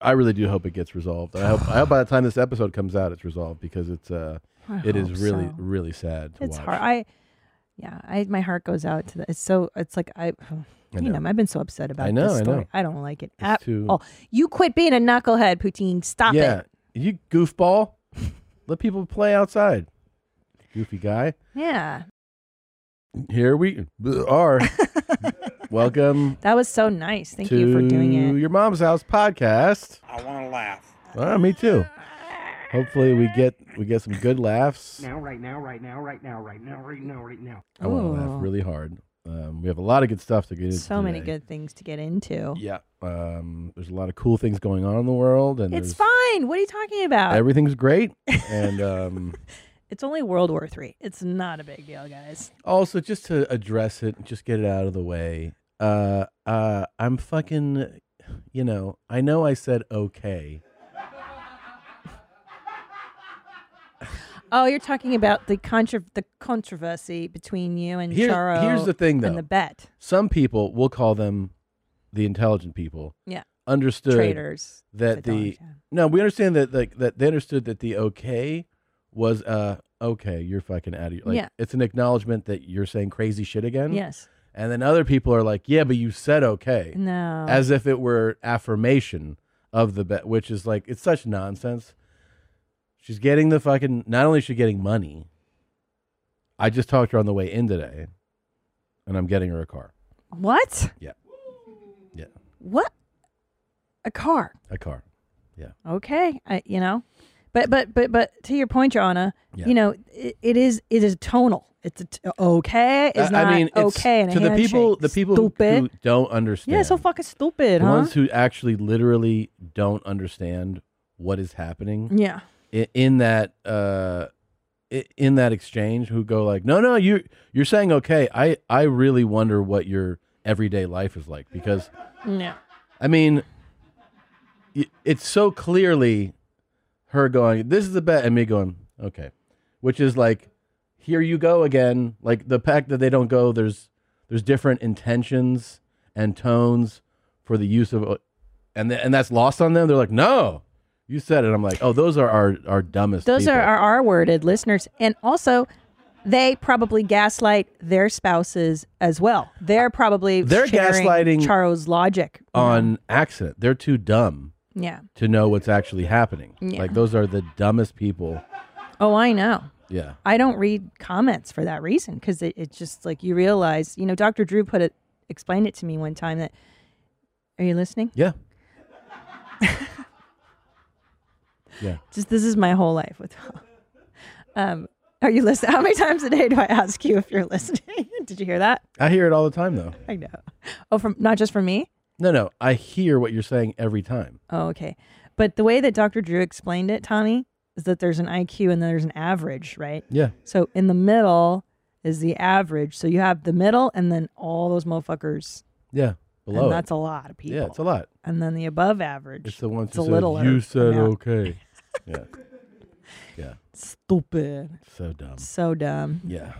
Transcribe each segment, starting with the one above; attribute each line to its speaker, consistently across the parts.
Speaker 1: I really do hope it gets resolved. I hope, I hope by the time this episode comes out, it's resolved because it's uh,
Speaker 2: I
Speaker 1: it is
Speaker 2: hope
Speaker 1: really
Speaker 2: so.
Speaker 1: really sad. To
Speaker 2: it's
Speaker 1: watch.
Speaker 2: hard. I yeah, I my heart goes out to the. It's so it's like I,
Speaker 1: I
Speaker 2: you
Speaker 1: know.
Speaker 2: know, I've been so upset about
Speaker 1: know,
Speaker 2: this
Speaker 1: I
Speaker 2: story.
Speaker 1: know.
Speaker 2: I don't like it at
Speaker 1: too-
Speaker 2: all. You quit being a knucklehead, Poutine. Stop
Speaker 1: yeah,
Speaker 2: it.
Speaker 1: you goofball. Let people play outside. Goofy guy.
Speaker 2: Yeah,
Speaker 1: Here we are. Welcome
Speaker 2: that was so nice. Thank
Speaker 1: to
Speaker 2: you for doing it.
Speaker 1: your mom's house podcast.
Speaker 3: I want to laugh.
Speaker 1: Ah, me too. Hopefully we get we get some good laughs.
Speaker 3: Now, right now, right now, right now, right now, right now, right now.
Speaker 1: I want to laugh
Speaker 2: Ooh.
Speaker 1: really hard. Um, we have a lot of good stuff to get into.
Speaker 2: So many
Speaker 1: today.
Speaker 2: good things to get into.
Speaker 1: Yeah. Um, there's a lot of cool things going on in the world, and
Speaker 2: It's
Speaker 1: there's-
Speaker 2: fine. What are you talking about?
Speaker 1: Everything's great, and um,
Speaker 2: it's only World War Three. It's not a big deal, guys.
Speaker 1: also just to address it, just get it out of the way. Uh, uh, I'm fucking, you know, I know I said okay.
Speaker 2: Oh, you're talking about the contro- the controversy between you and
Speaker 1: Here-
Speaker 2: Charo.
Speaker 1: here's the thing,
Speaker 2: And
Speaker 1: though.
Speaker 2: the bet.
Speaker 1: Some people, we'll call them the intelligent people,
Speaker 2: Yeah.
Speaker 1: understood
Speaker 2: Traitors.
Speaker 1: that
Speaker 2: Dollar
Speaker 1: the
Speaker 2: General.
Speaker 1: no, we understand that like that they understood that the okay was uh okay, you're fucking out of your like
Speaker 2: Yeah.
Speaker 1: it's an acknowledgement that you're saying crazy shit again.
Speaker 2: Yes.
Speaker 1: And then other people are like, yeah, but you said okay.
Speaker 2: No.
Speaker 1: as if it were affirmation of the bet, which is like it's such nonsense. She's getting the fucking. Not only is she getting money, I just talked to her on the way in today, and I'm getting her a car.
Speaker 2: what?
Speaker 1: Yeah. Yeah.
Speaker 2: What? A car.
Speaker 1: A car.
Speaker 2: Okay. I, you know, but but but but to your point, Joanna,
Speaker 1: Yeah.
Speaker 2: you know, it, it is it is tonal. It's a t- okay. It's
Speaker 1: I-
Speaker 2: not
Speaker 1: I mean, it's-
Speaker 2: okay. and a
Speaker 1: to the people,
Speaker 2: handshake.
Speaker 1: the people who-
Speaker 2: stupid.
Speaker 1: who don't understand.
Speaker 2: yeah, so fucking stupid,
Speaker 1: the
Speaker 2: huh?
Speaker 1: ones who actually literally don't understand what is happening.
Speaker 2: yeah.
Speaker 1: in, in that uh i- in that exchange who go like no no you you're saying okay i i really wonder what your everyday life is like because
Speaker 2: Yeah.
Speaker 1: i mean i- it's so clearly her going this is the bet and me going okay which is like here you go again like the fact that they don't go there's there's different intentions and tones for the use of and th- and that's lost on them they're like no you said it i'm like oh those are our our dumbest
Speaker 2: Those
Speaker 1: people.
Speaker 2: are our R worded listeners. And also, they probably gaslight their spouses as well. They're probably
Speaker 1: They're
Speaker 2: sharing
Speaker 1: gaslighting
Speaker 2: Charo's logic.
Speaker 1: on accident they're too dumb
Speaker 2: Yeah.
Speaker 1: to know what's actually happening
Speaker 2: Yeah.
Speaker 1: like those are the dumbest people
Speaker 2: Oh, I know.
Speaker 1: yeah
Speaker 2: I don't read comments for that reason because it, it's just like you realize, you know, Dr. Drew put it, explained it to me one time that, are you listening?
Speaker 1: yeah yeah
Speaker 2: Just this is my whole life with, um, are you listening? How many times a day do I ask you if you're listening? Did you hear that?
Speaker 1: i hear it all the time though
Speaker 2: I know. Oh, from not just from me.
Speaker 1: No, no. I hear what you're saying every time.
Speaker 2: Oh, okay. But the way that Dr. Drew explained it, Tommy, is that there's an IQ and then there's an average, right?
Speaker 1: Yeah.
Speaker 2: So in the middle is the average. So you have the middle and then all those motherfuckers.
Speaker 1: Yeah. Below. it.
Speaker 2: and that's a lot of people.
Speaker 1: yeah, it's a lot.
Speaker 2: and then the above average.
Speaker 1: It's the ones
Speaker 2: It's
Speaker 1: who
Speaker 2: a
Speaker 1: said,
Speaker 2: littler
Speaker 1: you said
Speaker 2: amount.
Speaker 1: okay. yeah. Yeah.
Speaker 2: Stupid.
Speaker 1: So dumb.
Speaker 2: So dumb.
Speaker 1: Yeah.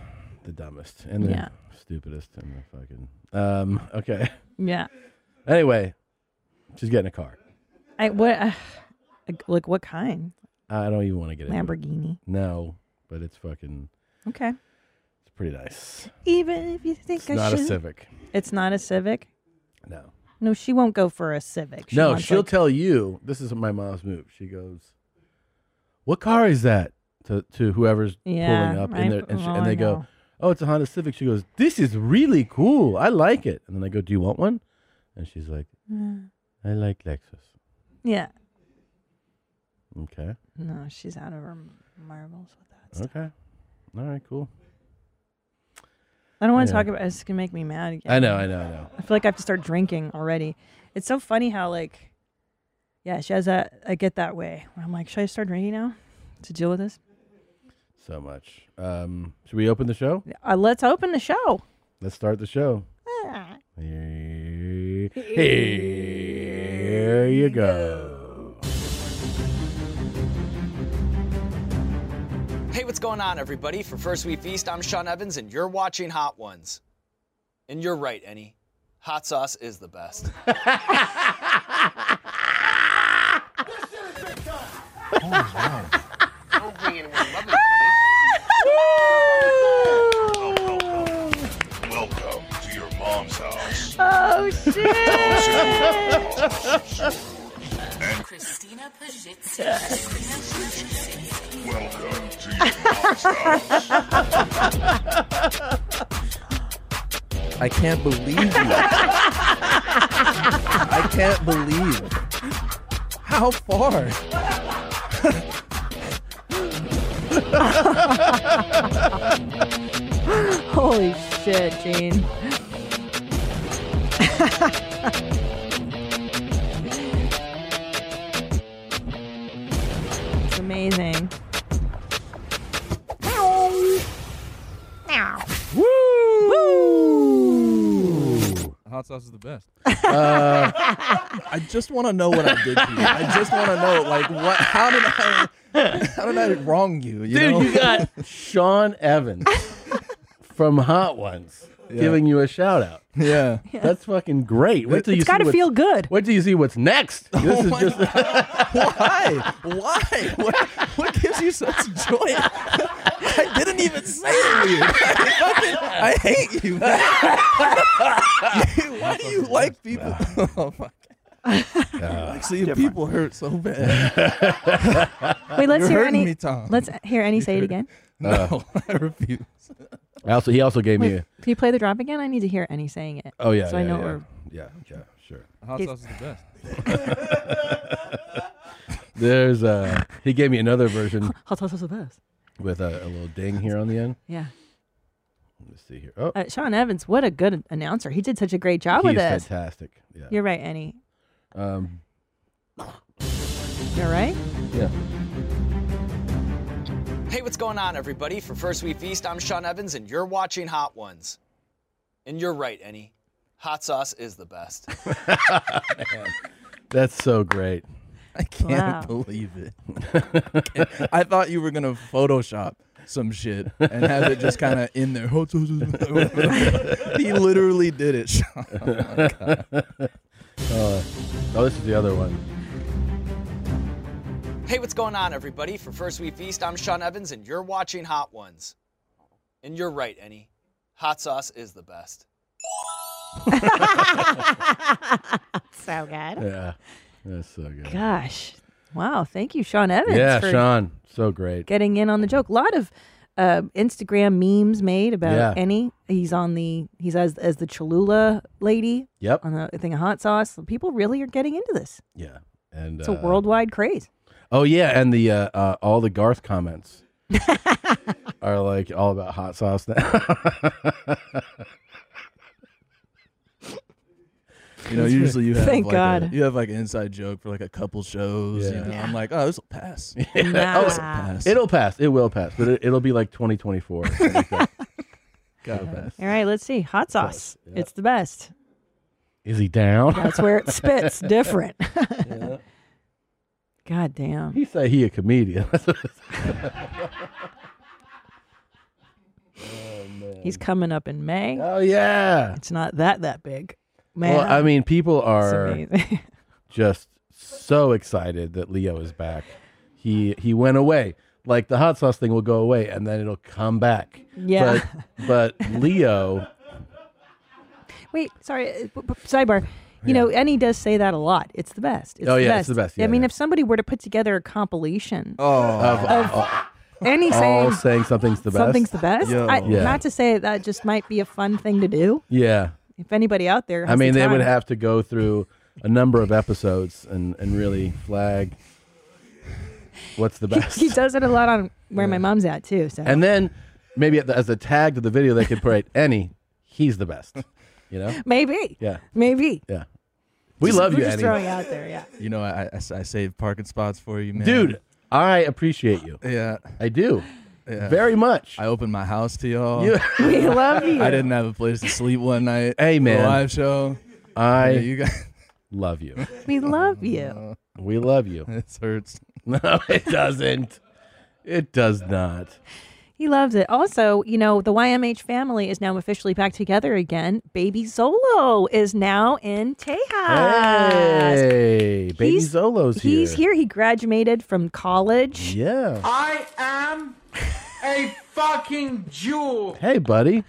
Speaker 1: The dumbest and the
Speaker 2: Yeah.
Speaker 1: stupidest and the fucking. Um. Okay.
Speaker 2: Yeah.
Speaker 1: Anyway, she's getting a car.
Speaker 2: I what? Uh, like what kind?
Speaker 1: I don't even want to get into it.
Speaker 2: Lamborghini.
Speaker 1: No, but it's fucking.
Speaker 2: Okay.
Speaker 1: It's pretty nice.
Speaker 2: Even if you think
Speaker 1: It's
Speaker 2: I
Speaker 1: not
Speaker 2: should,
Speaker 1: a Civic.
Speaker 2: it's not a Civic.
Speaker 1: No.
Speaker 2: No, she won't go for a Civic. She
Speaker 1: no,
Speaker 2: wants,
Speaker 1: she'll
Speaker 2: like-
Speaker 1: tell you. This is my mom's move. She goes, "What car is that?" to to whoever's
Speaker 2: Yeah,
Speaker 1: pulling up,
Speaker 2: I-
Speaker 1: in there, and, she,
Speaker 2: well,
Speaker 1: and
Speaker 2: I
Speaker 1: they go,
Speaker 2: know.
Speaker 1: "Oh, it's a Honda Civic." She goes, "This is really cool. I like it." And then I go, "Do you want one?" And she's like,
Speaker 2: Mm.
Speaker 1: "I like Lexus."
Speaker 2: yeah.
Speaker 1: Okay,
Speaker 2: No, she's out of her m- marbles with that. stuff.
Speaker 1: okay, all right, cool.
Speaker 2: I don't want to
Speaker 1: Yeah.
Speaker 2: talk about. It's gonna make me mad again.
Speaker 1: I know, I know, I know.
Speaker 2: I feel like I have to start drinking already. It's so funny how like, yeah, she has that. I get that way. Where I'm like, should I start drinking now to deal with this?
Speaker 1: So much. Um, should we open the show?
Speaker 2: Uh, let's open the show.
Speaker 1: Let's start the show.
Speaker 2: Ah.
Speaker 1: Here, here you go.
Speaker 4: Hey, what's going on, everybody? For First We Feast, I'm Sean Evans, and you're watching Hot Ones. And you're right, Ennie. Hot sauce is the best.
Speaker 1: Oh,
Speaker 5: Don't bring anyone loving to me. Welcome to your mom's house.
Speaker 2: Oh shit!
Speaker 6: Christina Pajitsi.
Speaker 5: Welcome to your mom's house.
Speaker 7: I can't believe you. I can't believe how far.
Speaker 2: Holy shit, Gene. it's amazing.
Speaker 8: Hot sauce is the best.
Speaker 7: Uh, I just want to know what I did to you. I just want to know, like, what? How did I? How did I wrong you? You
Speaker 1: Dude,
Speaker 7: know?
Speaker 1: you got Sean Evans from Hot Ones giving you a shout out.
Speaker 7: yeah.
Speaker 1: That's fucking great. Wait till you
Speaker 2: It's got to
Speaker 1: see
Speaker 2: feel
Speaker 1: what's,
Speaker 2: good.
Speaker 1: Wait till you see what's next. This is
Speaker 7: Oh my
Speaker 1: just
Speaker 7: Why? Why? What, what gives you such joy? I didn't even say it to you. I hate you. Why do you like people? Oh my god. Actually, people hurt so bad.
Speaker 2: Wait, let's
Speaker 7: You're
Speaker 2: hear
Speaker 7: hurting
Speaker 2: any.
Speaker 7: me, Tom.
Speaker 2: Let's hear any say it again.
Speaker 1: Uh,
Speaker 7: No, I refuse.
Speaker 1: I also he also gave
Speaker 2: Wait,
Speaker 1: me a,
Speaker 2: Can you play the drop again? I need to hear any saying it.
Speaker 1: oh yeah
Speaker 2: So
Speaker 1: yeah,
Speaker 2: I know
Speaker 1: yeah.
Speaker 2: we're-
Speaker 1: yeah yeah sure
Speaker 8: Hot
Speaker 2: He's-
Speaker 8: sauce is the best.
Speaker 1: there's uh he gave me another version
Speaker 2: Hot sauce is the best.
Speaker 1: with a, a little ding here on the end
Speaker 2: Yeah.
Speaker 1: let me see here oh
Speaker 2: Uh, Sean Evans, what a good announcer. He did such a great job
Speaker 1: he's
Speaker 2: with this.
Speaker 1: fantastic yeah
Speaker 2: You're right, Annie.
Speaker 1: um
Speaker 2: You're right.
Speaker 1: yeah
Speaker 4: Hey, what's going on, everybody? For First We Feast, I'm Sean Evans, and you're watching Hot Ones. And you're right, Enny. Hot sauce is the best.
Speaker 1: that's so great
Speaker 7: I can't
Speaker 2: Wow.
Speaker 7: believe it. I thought you were gonna Photoshop some shit and have it just kind of in there. he literally did it. Sean.
Speaker 1: oh this is the other one
Speaker 4: hey, what's going on, everybody? For First We Feast, I'm Sean Evans, and you're watching Hot Ones. And you're right, Enny. Hot sauce is the best.
Speaker 2: So good.
Speaker 1: yeah that's so good
Speaker 2: Gosh. Wow. Thank you, Sean Evans,
Speaker 1: yeah
Speaker 2: for
Speaker 1: Sean so great
Speaker 2: getting in on the joke. A lot of uh, Instagram memes made about
Speaker 1: Yeah.
Speaker 2: Annie. He's on the he's as as the Cholula lady
Speaker 1: yep
Speaker 2: on the thing of hot sauce. People really are getting into this.
Speaker 1: yeah and
Speaker 2: It's
Speaker 1: uh,
Speaker 2: a worldwide craze.
Speaker 1: oh yeah and the uh, uh all the Garth comments are like all about hot sauce now.
Speaker 7: You know, usually you have
Speaker 2: Thank
Speaker 7: like a-
Speaker 2: God.
Speaker 7: you have like an inside joke for like a couple shows.
Speaker 1: Yeah.
Speaker 7: You know? I'm like, oh, this will pass. Oh,
Speaker 2: Nah.
Speaker 7: This will pass.
Speaker 1: It'll pass. It will pass, but it, it'll be like 2024.
Speaker 7: God.
Speaker 2: All right, let's see. Hot sauce. It's the best.
Speaker 1: Is he down?
Speaker 2: That's where it spits different. God damn.
Speaker 1: He said he a comedian.
Speaker 2: He's coming up in May.
Speaker 1: oh yeah.
Speaker 2: It's not that that big. Man.
Speaker 1: Well, I mean, people
Speaker 2: it's
Speaker 1: are
Speaker 2: amazing.
Speaker 1: just so excited that Leo is back. He he went away. Like the hot sauce thing will go away and then it'll come back.
Speaker 2: Yeah.
Speaker 1: But but Leo,
Speaker 2: Wait, sorry. uh, b- b- Sidebar. You know, Annie does say that a lot. It's the best. It's
Speaker 1: Oh,
Speaker 2: the
Speaker 1: yeah,
Speaker 2: best.
Speaker 1: it's the best.
Speaker 2: I
Speaker 1: Yeah,
Speaker 2: mean,
Speaker 1: yeah.
Speaker 2: if somebody were to put together a compilation,
Speaker 7: Oh,
Speaker 1: uh,
Speaker 2: Annie
Speaker 1: all
Speaker 2: saying
Speaker 1: saying something's the best.
Speaker 2: something's the best,
Speaker 7: Yo.
Speaker 2: I,
Speaker 1: Yeah.
Speaker 2: not to say that just might be a fun thing to do.
Speaker 1: yeah.
Speaker 2: If anybody out there, has
Speaker 1: I mean,
Speaker 2: the
Speaker 1: they would
Speaker 2: time.
Speaker 1: have to go through a number of episodes and, and really flag what's the best.
Speaker 2: He does it a lot on where my mom's at too. So
Speaker 1: And then maybe at the, as a tag to the video, they could put any. He's the best. You know?
Speaker 2: maybe,
Speaker 1: Yeah,
Speaker 2: maybe.
Speaker 1: yeah. We
Speaker 2: Just-
Speaker 1: love
Speaker 2: we're
Speaker 1: you,
Speaker 2: just
Speaker 1: Annie.
Speaker 2: throwing out there, yeah.
Speaker 7: you know, I, I, I saved parking spots for you, man.
Speaker 1: Dude, I appreciate you.
Speaker 7: Yeah.
Speaker 1: I do very much.
Speaker 7: I opened my house to y'all.
Speaker 1: You-
Speaker 2: We love you.
Speaker 7: I didn't have a place to sleep one night.
Speaker 1: Hey,
Speaker 7: The
Speaker 1: man.
Speaker 7: live show.
Speaker 1: I
Speaker 7: Yeah, you guys,
Speaker 1: love you.
Speaker 2: We love you.
Speaker 1: We love you.
Speaker 7: this hurts.
Speaker 1: No, it doesn't. It does not.
Speaker 2: He loves it. Also, you know, the YMH family is now officially back together again. Baby Zolo is now in Tejas.
Speaker 1: Hey, baby
Speaker 2: He's-
Speaker 1: Zolo's here.
Speaker 2: He's here. He graduated from college.
Speaker 1: Yeah.
Speaker 3: I am a fucking Jew.
Speaker 1: Hey, buddy.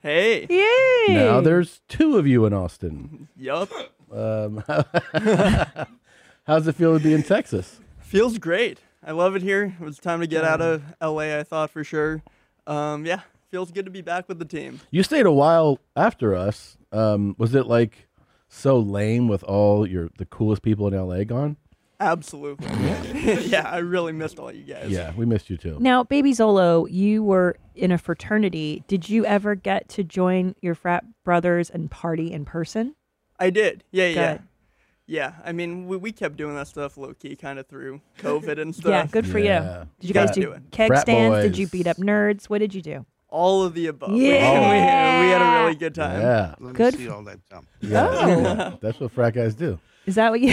Speaker 7: Hey.
Speaker 2: Yay!
Speaker 1: Now there's two of you in Austin.
Speaker 7: Yup.
Speaker 1: Um, how's it feel to be in Texas?
Speaker 7: Feels great. I love it here. It was time to get out of LA, I thought for sure. Um, yeah, feels good to be back with the team.
Speaker 1: You stayed a while after us. Um, was it like so lame with all your the coolest people in LA gone?
Speaker 7: Absolutely. yeah, I really missed all you guys.
Speaker 1: Yeah, we missed you too.
Speaker 2: Now, Baby Zolo, you were in a fraternity. Did you ever get to join your frat brothers and party in person?
Speaker 7: I did. Yeah, yeah.
Speaker 2: Good.
Speaker 7: Yeah, I mean, we, we kept doing that stuff low key kind of through COVID and stuff.
Speaker 2: yeah, good for
Speaker 1: Yeah.
Speaker 2: you. Did you guys
Speaker 7: Gotta do
Speaker 2: do
Speaker 7: it.
Speaker 2: keg
Speaker 1: Frat
Speaker 2: stands? Did you
Speaker 1: boys.
Speaker 2: beat up nerds? What did you do?
Speaker 7: All of the above. We-
Speaker 2: Yeah.
Speaker 7: We, we had a really good time.
Speaker 1: Yeah,
Speaker 5: Let me
Speaker 2: Good Oh.
Speaker 5: see all that jump.
Speaker 1: yeah. yeah. That's what frat guys do.
Speaker 2: Is that what you?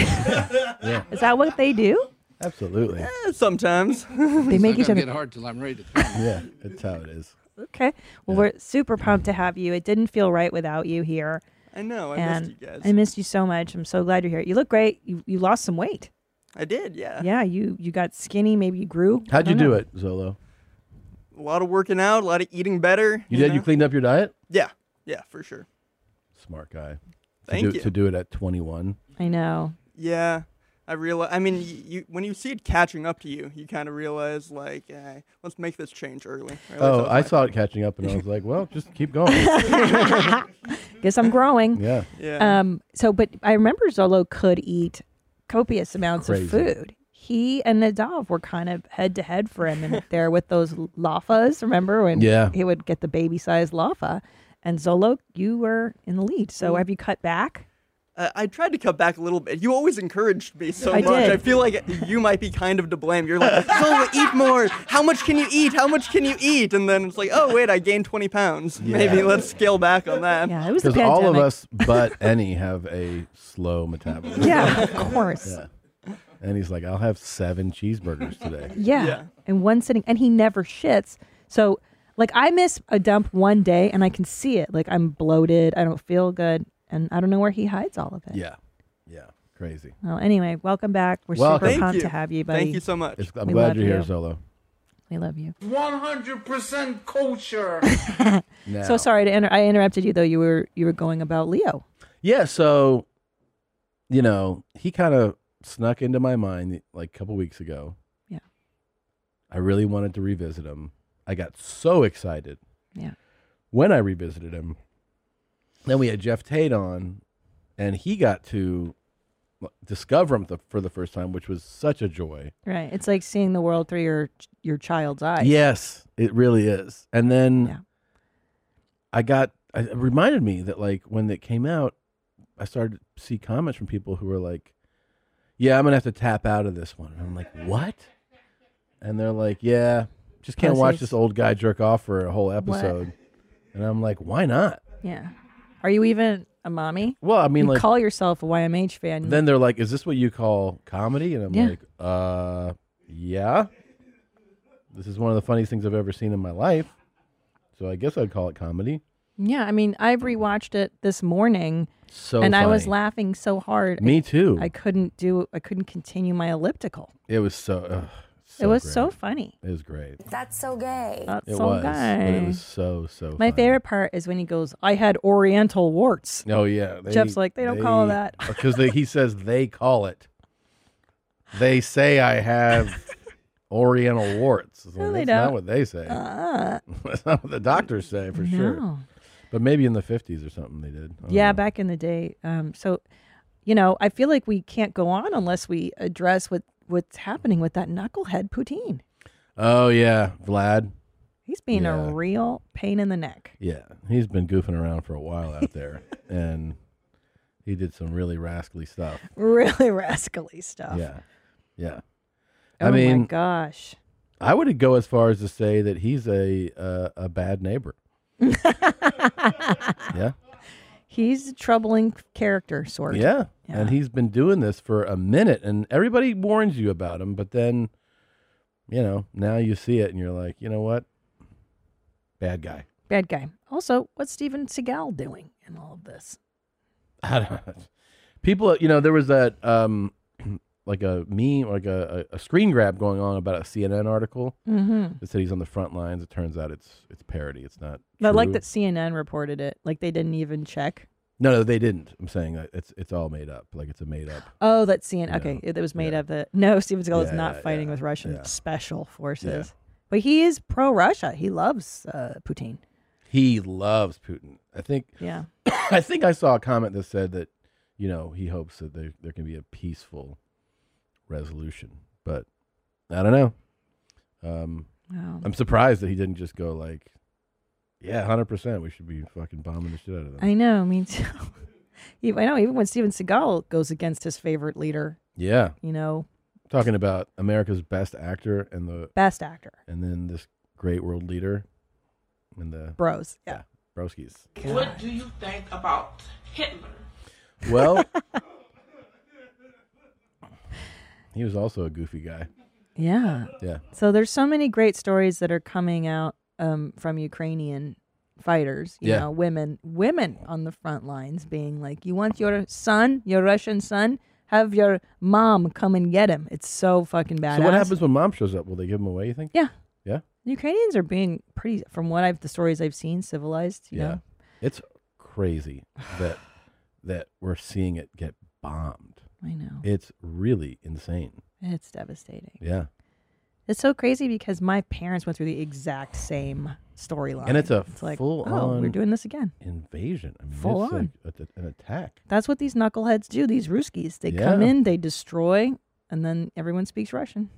Speaker 2: Is that what they do?
Speaker 1: Absolutely.
Speaker 7: Eh, Sometimes.
Speaker 2: They make
Speaker 6: It's not
Speaker 2: each other
Speaker 6: gonna get hard till I'm ready to throw
Speaker 1: Yeah, that's how it is.
Speaker 2: okay. Well, we're super pumped to have you. It didn't feel right without you here,
Speaker 7: I know. I
Speaker 2: and
Speaker 7: missed you guys.
Speaker 2: I missed you so much. I'm so glad you're here. You look great. You you lost some weight.
Speaker 7: I did, yeah.
Speaker 2: Yeah, you you got skinny. Maybe you grew.
Speaker 1: How'd
Speaker 2: I
Speaker 1: you
Speaker 2: don't
Speaker 1: do
Speaker 2: know.
Speaker 1: it, Zolo?
Speaker 7: A lot of working out, a lot of eating better.
Speaker 1: You did. You
Speaker 7: know?
Speaker 1: cleaned up your diet.
Speaker 7: Yeah. Yeah, for sure.
Speaker 1: Smart guy.
Speaker 7: Thank
Speaker 1: to do,
Speaker 7: you.
Speaker 1: To do it at 21.
Speaker 2: I know.
Speaker 7: Yeah, I realize. I mean, y- you when you see it catching up to you, you kind of realize like, eh, let's make this change early. Or at least
Speaker 1: Oh,
Speaker 7: that's
Speaker 1: I
Speaker 7: my-
Speaker 1: saw it catching up, and I was like, "Well, just keep going."
Speaker 2: Guess I'm growing.
Speaker 1: Yeah.
Speaker 7: Yeah.
Speaker 2: Um, so, but I remember Zolo could eat copious amounts
Speaker 1: Crazy.
Speaker 2: of food. He and Nadav were kind of head to head for him in there with those lafas. Remember when
Speaker 1: Yeah.
Speaker 2: he would get the baby sized lafa? And Zolo, you were in the lead.
Speaker 7: Mm.
Speaker 2: So have you cut back?
Speaker 7: I, I tried to cut back a little bit. You always encouraged me so
Speaker 2: I
Speaker 7: much. I
Speaker 2: did.
Speaker 7: feel like you might be kind of to blame. You're like, Zola, eat more. How much can you eat? How much can you eat? And then it's like, oh wait, I gained 20 pounds. Maybe let's scale back on that.
Speaker 2: Yeah, it was the
Speaker 1: Because
Speaker 2: pandemic.
Speaker 1: all of us but any have a slow metabolism.
Speaker 2: Yeah, of course.
Speaker 1: Yeah. And he's like, I'll have seven cheeseburgers today.
Speaker 2: Yeah.
Speaker 7: Yeah.
Speaker 2: In one sitting. And he never shits. So, like, I miss a dump one day and I can see it. Like, I'm bloated. I don't feel good. And I don't know where he hides all of it.
Speaker 1: Yeah. Yeah. Crazy.
Speaker 2: Well, anyway, welcome back. We're
Speaker 1: Welcome.
Speaker 2: super
Speaker 7: Thank
Speaker 2: pumped
Speaker 7: you.
Speaker 2: to have you, buddy.
Speaker 7: Thank you so much.
Speaker 1: It's, I'm
Speaker 2: We
Speaker 1: glad
Speaker 2: love
Speaker 1: you're here,
Speaker 2: you.
Speaker 1: Solo.
Speaker 2: We love you.
Speaker 3: 100% kosher.
Speaker 1: Now.
Speaker 2: So sorry to inter- I interrupted you though. You were you were going about Leo.
Speaker 1: Yeah. So, you know, he kind of snuck into my mind like a couple weeks ago.
Speaker 2: Yeah.
Speaker 1: I really wanted to revisit him. I got so excited.
Speaker 2: Yeah.
Speaker 1: When I revisited him, then we had Jeff Tate on, and he got to well, discover him the, for the first time, which was such a joy.
Speaker 2: Right. It's like seeing the world through your your child's eyes.
Speaker 1: Yes, it really is. And then
Speaker 2: Yeah.
Speaker 1: I got I, it reminded me that like when it came out, I started to see comments from people who were like, "Yeah, I'm gonna have to tap out of this one." And I'm like, "What?" And they're like, "Yeah, just can't watch
Speaker 2: Pussies.
Speaker 1: this old guy jerk off for a whole episode." And I'm like, "Why not?"
Speaker 2: Yeah. Are you even a mommy?
Speaker 1: Well, I mean,
Speaker 2: you
Speaker 1: like
Speaker 2: call yourself a YMH fan.
Speaker 1: then they're like, "Is this what you call comedy?" And I'm
Speaker 2: Yeah.
Speaker 1: like, "Uh, yeah. This is one of the funniest things I've ever seen in my life, so I guess I'd call it comedy."
Speaker 2: yeah. I mean, I've rewatched it this morning,
Speaker 1: So
Speaker 2: and I was
Speaker 1: funny.
Speaker 2: laughing so hard.
Speaker 1: Me too.
Speaker 2: I couldn't do. I couldn't continue my elliptical.
Speaker 1: it was so. ugh, so
Speaker 2: it was
Speaker 1: great.
Speaker 2: so funny.
Speaker 1: It was great.
Speaker 9: That's so gay.
Speaker 2: That's
Speaker 1: It
Speaker 2: so
Speaker 1: was. But
Speaker 2: good.
Speaker 1: it was so so.
Speaker 2: my
Speaker 1: funny.
Speaker 2: favorite part is when he goes, "I had Oriental warts."
Speaker 1: Oh yeah. They,
Speaker 2: Jeff's like, "They don't call it that."
Speaker 1: because he says they call it. They say I have Oriental warts. It's like,
Speaker 2: No, they
Speaker 1: That's
Speaker 2: don't. Uh-uh.
Speaker 1: not what they say. That's not what the doctors say for sure.
Speaker 2: No.
Speaker 1: But maybe in the fifties or something they did. I don't
Speaker 2: Yeah,
Speaker 1: know.
Speaker 2: back in the day. Um, so, you know, I feel like we can't go on unless we address what what's happening with that knucklehead poutine.
Speaker 1: Oh yeah, Vlad.
Speaker 2: He's being
Speaker 1: Yeah.
Speaker 2: a real pain in the neck.
Speaker 1: Yeah, he's been goofing around for a while out there, and he did some really rascally stuff.
Speaker 2: Really rascally stuff.
Speaker 1: Yeah, yeah.
Speaker 2: Oh
Speaker 1: I mean,
Speaker 2: my gosh.
Speaker 1: I would go as far as to say that he's a uh, a bad neighbor. yeah,
Speaker 2: He's a troubling character sort.
Speaker 1: yeah, and he's been doing this for a minute, and everybody warns you about him, but then, you know, now you see it, and you're like, you know what? Bad guy.
Speaker 2: Bad guy. Also, what's Steven Seagal doing in all of this?
Speaker 1: I don't- People, you know, there was that um, like a meme, like a, a a screen grab going on about a CNN article
Speaker 2: Mm-hmm.
Speaker 1: that said he's on the front lines. It turns out it's it's parody. It's not.
Speaker 2: I like
Speaker 1: true.
Speaker 2: that CNN reported it. Like they didn't even check.
Speaker 1: No, no, they didn't. I'm saying that it's it's all made up. Like it's a made up.
Speaker 2: Oh, that's CNN.
Speaker 1: Yeah.
Speaker 2: Okay, it, it was made up. That no, Steven Seagal is
Speaker 1: Yeah,
Speaker 2: not
Speaker 1: yeah,
Speaker 2: fighting
Speaker 1: yeah,
Speaker 2: with Russian
Speaker 1: yeah.
Speaker 2: special forces, but he is pro Russia. He loves uh, Putin.
Speaker 1: He loves Putin. I think
Speaker 2: Yeah.
Speaker 1: I think I saw a comment that said that, you know, he hopes that there there can be a peaceful resolution. But I don't know. Um,
Speaker 2: Wow.
Speaker 1: I'm surprised that he didn't just go like, yeah, hundred percent. We should be fucking bombing the shit out of them.
Speaker 2: I know. Me too. Even- I know. Even when Steven Seagal goes against his favorite leader,
Speaker 1: yeah,
Speaker 2: you know,
Speaker 1: talking about America's best actor and the
Speaker 2: best actor,
Speaker 1: and then this great world leader and the
Speaker 2: bros. Yeah.
Speaker 1: Broskis.
Speaker 3: What do you think about Hitler?
Speaker 1: Well, he was also a goofy guy.
Speaker 2: Yeah.
Speaker 1: Yeah.
Speaker 2: So there's so many great stories that are coming out um, from Ukrainian fighters. You
Speaker 1: Yeah.
Speaker 2: know, women, women on the front lines being like, "You want your son, your Russian son? Have your mom come and get him." It's so fucking badass.
Speaker 1: So what happens when mom shows up? Will they give him away? You think?
Speaker 2: Yeah.
Speaker 1: Yeah?
Speaker 2: The Ukrainians are being pretty, from what I've the stories I've seen, civilized. You
Speaker 1: Yeah.
Speaker 2: Know?
Speaker 1: It's crazy that that we're seeing it get bombed.
Speaker 2: I know.
Speaker 1: It's really insane.
Speaker 2: It's devastating.
Speaker 1: Yeah.
Speaker 2: It's so crazy because my parents went through the exact same storyline.
Speaker 1: And it's a
Speaker 2: like,
Speaker 1: full
Speaker 2: oh, we're
Speaker 1: on-
Speaker 2: doing this again.
Speaker 1: Invasion. I mean,
Speaker 2: Full
Speaker 1: it's
Speaker 2: on.
Speaker 1: like a- an attack.
Speaker 2: That's what these knuckleheads do, these Ruskies. They come
Speaker 1: Yeah.
Speaker 2: in, they destroy, and then everyone speaks Russian.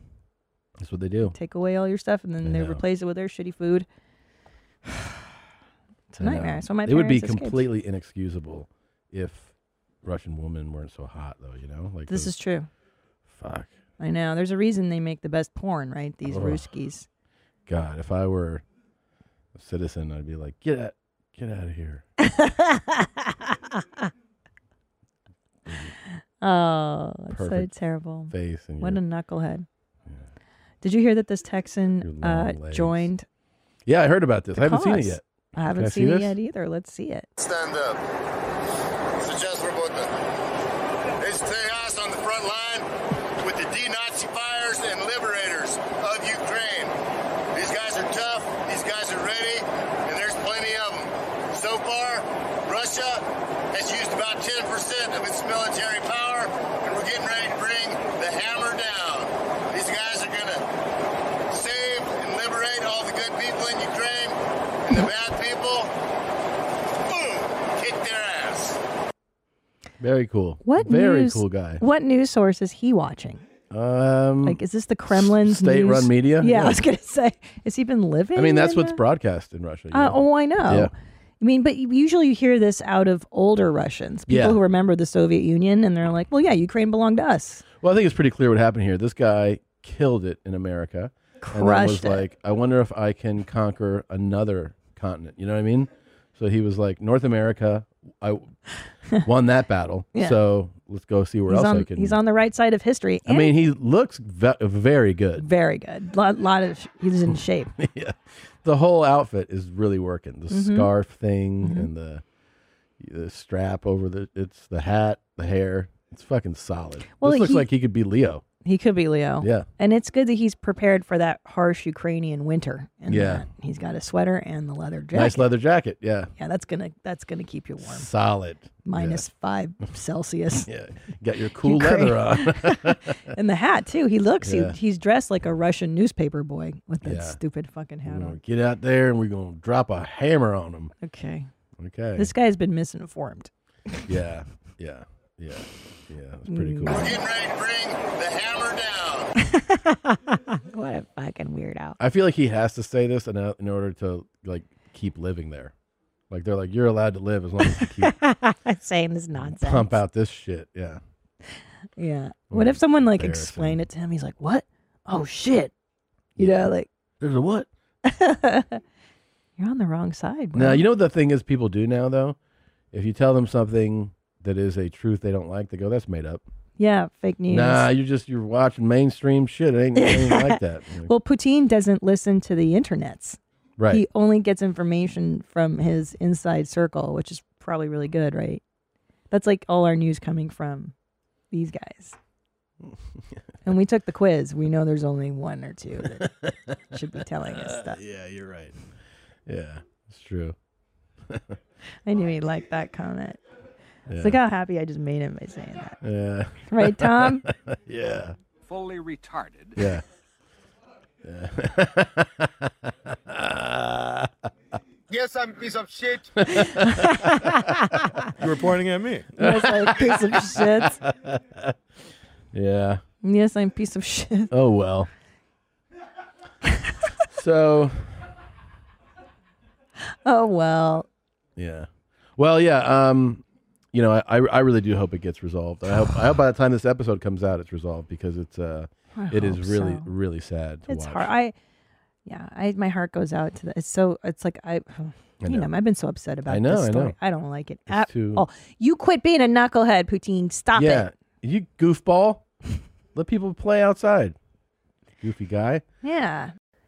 Speaker 1: That's what they do.
Speaker 2: Take away all your stuff, and then
Speaker 1: I
Speaker 2: they
Speaker 1: know.
Speaker 2: replace it with their shitty food. it's a
Speaker 1: I know.
Speaker 2: nightmare. So my
Speaker 1: um, it would be
Speaker 2: parents' escaped.
Speaker 1: completely inexcusable if Russian women weren't so hot, though. You know, like
Speaker 2: This
Speaker 1: those-
Speaker 2: is true.
Speaker 1: fuck.
Speaker 2: I know. There's a reason they make the best porn, right? These
Speaker 1: Ugh.
Speaker 2: Ruskies.
Speaker 1: God, if I were a citizen, I'd be like, get out, get out of here.
Speaker 2: oh, that's
Speaker 1: Perfect
Speaker 2: so terrible.
Speaker 1: Face and
Speaker 2: What a
Speaker 1: your-
Speaker 2: knucklehead. Did you hear that this
Speaker 1: Your
Speaker 2: Texan
Speaker 1: long
Speaker 2: uh,
Speaker 1: legs.
Speaker 2: joined?
Speaker 1: yeah, I heard about this.
Speaker 2: the
Speaker 1: I haven't seen it
Speaker 2: cause?
Speaker 1: yet.
Speaker 2: I haven't
Speaker 1: I see
Speaker 2: seen it
Speaker 1: this?
Speaker 2: yet either. Let's see it.
Speaker 5: Stand up. Сейчас работа. It's chaos on the front line with the denazifiers and liberators of Ukraine. These guys are tough, these guys are ready, and there's plenty of them. So far, Russia has used about 10% of its military power, and we're getting ready to bring the hammer down. These guys are going to save and liberate all the good people in Ukraine, and the bad people, boom, kick their ass.
Speaker 1: Very cool.
Speaker 2: What
Speaker 1: Very
Speaker 2: news,
Speaker 1: cool guy.
Speaker 2: What news source is he watching?
Speaker 1: Um,
Speaker 2: Like, is this the Kremlin's
Speaker 1: state-run
Speaker 2: news-
Speaker 1: media?
Speaker 2: Yeah, I
Speaker 1: Yeah.
Speaker 2: was gonna say, has he been living?
Speaker 1: I mean, that's
Speaker 2: in,
Speaker 1: what's
Speaker 2: uh,
Speaker 1: broadcast in Russia. you
Speaker 2: Uh,
Speaker 1: know?
Speaker 2: oh, I know.
Speaker 1: Yeah.
Speaker 2: I mean, but you- usually you hear this out of older Russians, people
Speaker 1: Yeah.
Speaker 2: who remember the Soviet Union, and they're like, "Well, yeah, Ukraine belonged to us."
Speaker 1: Well, I think it's pretty clear what happened here. This guy killed it in America. and then was
Speaker 2: Crushed it.
Speaker 1: like, I wonder if I can conquer another continent. You know what I mean? So he was like, North America, I won that battle.
Speaker 2: Yeah.
Speaker 1: So let's go see where
Speaker 2: He's
Speaker 1: else
Speaker 2: on,
Speaker 1: I can.
Speaker 2: he's on the right side of history.
Speaker 1: I
Speaker 2: and
Speaker 1: mean, he looks ve- very good.
Speaker 2: very good. Lot, lot of he's
Speaker 1: Hmm.
Speaker 2: in shape.
Speaker 1: yeah. The whole outfit is really working. The
Speaker 2: Mm-hmm.
Speaker 1: scarf thing and the the strap over the it's the hat, the hair. It's fucking solid.
Speaker 2: Well,
Speaker 1: this looks
Speaker 2: he-
Speaker 1: like he could be Leo.
Speaker 2: He could be Leo.
Speaker 1: Yeah.
Speaker 2: And it's good that he's prepared for that harsh Ukrainian winter. And
Speaker 1: Yeah.
Speaker 2: that He's got a sweater and the leather jacket.
Speaker 1: Nice leather jacket. Yeah.
Speaker 2: yeah, that's gonna that's gonna keep you warm.
Speaker 1: Solid.
Speaker 2: Minus five Celsius.
Speaker 1: Yeah. Got your cool
Speaker 2: Ukraine.
Speaker 1: leather on.
Speaker 2: And the hat too. He looks
Speaker 1: Yeah.
Speaker 2: he, he's dressed like a Russian newspaper boy with that
Speaker 1: Yeah.
Speaker 2: stupid fucking
Speaker 1: We're
Speaker 2: hat
Speaker 1: gonna
Speaker 2: on.
Speaker 1: get out there and we're gonna drop a hammer on him.
Speaker 2: Okay.
Speaker 1: Okay.
Speaker 2: This guy's been misinformed.
Speaker 1: yeah. Yeah. Yeah. Yeah. It's pretty
Speaker 2: Mm.
Speaker 1: cool.
Speaker 5: We're getting ready to bring the hammer down.
Speaker 2: What a fucking weirdo.
Speaker 1: I feel like he has to say this in, o- in order to like keep living there. Like they're like, you're allowed to live as long as you keep
Speaker 2: Saying this nonsense.
Speaker 1: pump out this shit. Yeah.
Speaker 2: Yeah. What
Speaker 1: Well,
Speaker 2: if someone like
Speaker 1: embarrassing.
Speaker 2: explained it to him? He's like, What? Oh shit. You
Speaker 1: Yeah.
Speaker 2: know, like
Speaker 1: There's a what?
Speaker 2: you're on the wrong side.
Speaker 1: Now,
Speaker 2: bro.
Speaker 1: you know what the thing is people do now though? If you tell them something that is a truth they don't like, they go, That's made up.
Speaker 2: yeah, fake news.
Speaker 1: Nah, you're just you're watching mainstream shit. It ain't, it ain't like that. You're like,
Speaker 2: Well, Putin doesn't listen to the internets.
Speaker 1: Right.
Speaker 7: He only gets information from his inside circle, which is probably really good, right? That's like all our news coming from these guys. and we took the quiz. We know there's only one or two that should be telling us stuff.
Speaker 1: uh, yeah, you're right. Yeah, it's true.
Speaker 7: I knew he liked that comment.
Speaker 1: Yeah.
Speaker 7: It's like how happy I just made him by saying that.
Speaker 1: yeah.
Speaker 7: Right, Tom?
Speaker 1: yeah.
Speaker 10: fully retarded.
Speaker 1: Yeah. Yeah.
Speaker 5: Yes, I'm a piece of shit.
Speaker 6: You were pointing at me.
Speaker 7: yes, I'm a piece of shit.
Speaker 1: yeah.
Speaker 7: Yes, I'm a piece of shit.
Speaker 1: Oh well. so
Speaker 7: Oh well.
Speaker 1: yeah. Well, yeah. Um, you know, I, I I really do hope it gets resolved. I hope I hope by the time this episode comes out, it's resolved because it's uh,
Speaker 7: I
Speaker 1: it is
Speaker 7: hope
Speaker 1: really
Speaker 7: so.
Speaker 1: really sad. To
Speaker 7: It's
Speaker 1: watch.
Speaker 7: hard. I yeah, I my heart goes out to the it's so it's like I you know, I've been so upset about
Speaker 1: I know,
Speaker 7: this
Speaker 1: I
Speaker 7: story.
Speaker 1: know.
Speaker 7: I, don't like it at
Speaker 1: too-
Speaker 7: all. You quit being a knucklehead, Poutine. Stop
Speaker 1: yeah.
Speaker 7: it.
Speaker 1: You goofball. Let people play outside. Goofy guy.
Speaker 7: Yeah.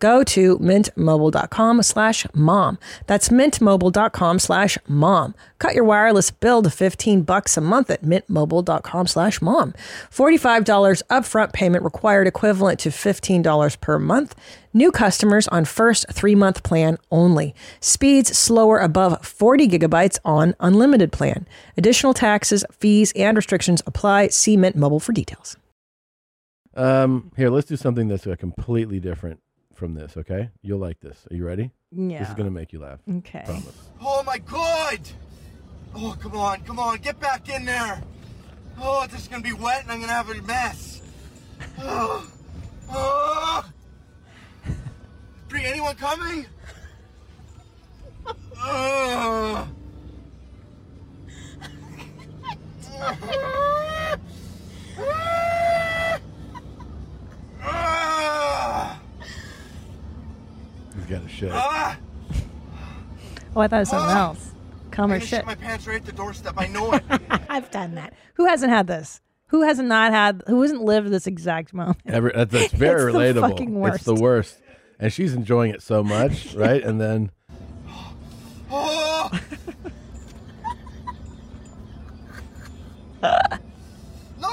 Speaker 2: go to mintmobile.com slash mom. That's mintmobile.com slash mom. Cut your wireless bill to 15 bucks a month at mintmobile.com slash mom. $45 upfront payment required equivalent to $15 per month. New customers on first three month plan only. Speeds slower above 40 gigabytes on unlimited plan. Additional taxes, fees, and restrictions apply. See Mint Mobile for details.
Speaker 1: Um, here, let's do something that's uh, completely different from this. Okay, you'll like this. Are you ready? This
Speaker 7: Yeah.
Speaker 1: is gonna make you laugh.
Speaker 7: Okay.
Speaker 1: Promise.
Speaker 5: Oh my god! Oh, come on, come on, get back in there! Oh, this is gonna be wet and I'm gonna have a mess. Oh, oh. Bree, anyone coming? Oh. Ah.
Speaker 1: He's got a shit.
Speaker 5: Ah.
Speaker 7: Oh, I thought it was something else. Calm
Speaker 5: I'm
Speaker 7: or
Speaker 5: gonna shit
Speaker 7: shit.
Speaker 5: my pants right at the doorstep. I know it.
Speaker 7: I've done that. Who hasn't had this? Who hasn't not had? Who hasn't lived this exact moment?
Speaker 1: Every, that's, that's very
Speaker 7: It's the
Speaker 1: relatable.
Speaker 7: fucking
Speaker 1: It's the
Speaker 7: worst.
Speaker 1: worst. And she's enjoying it so much, right? And then
Speaker 5: Oh. no!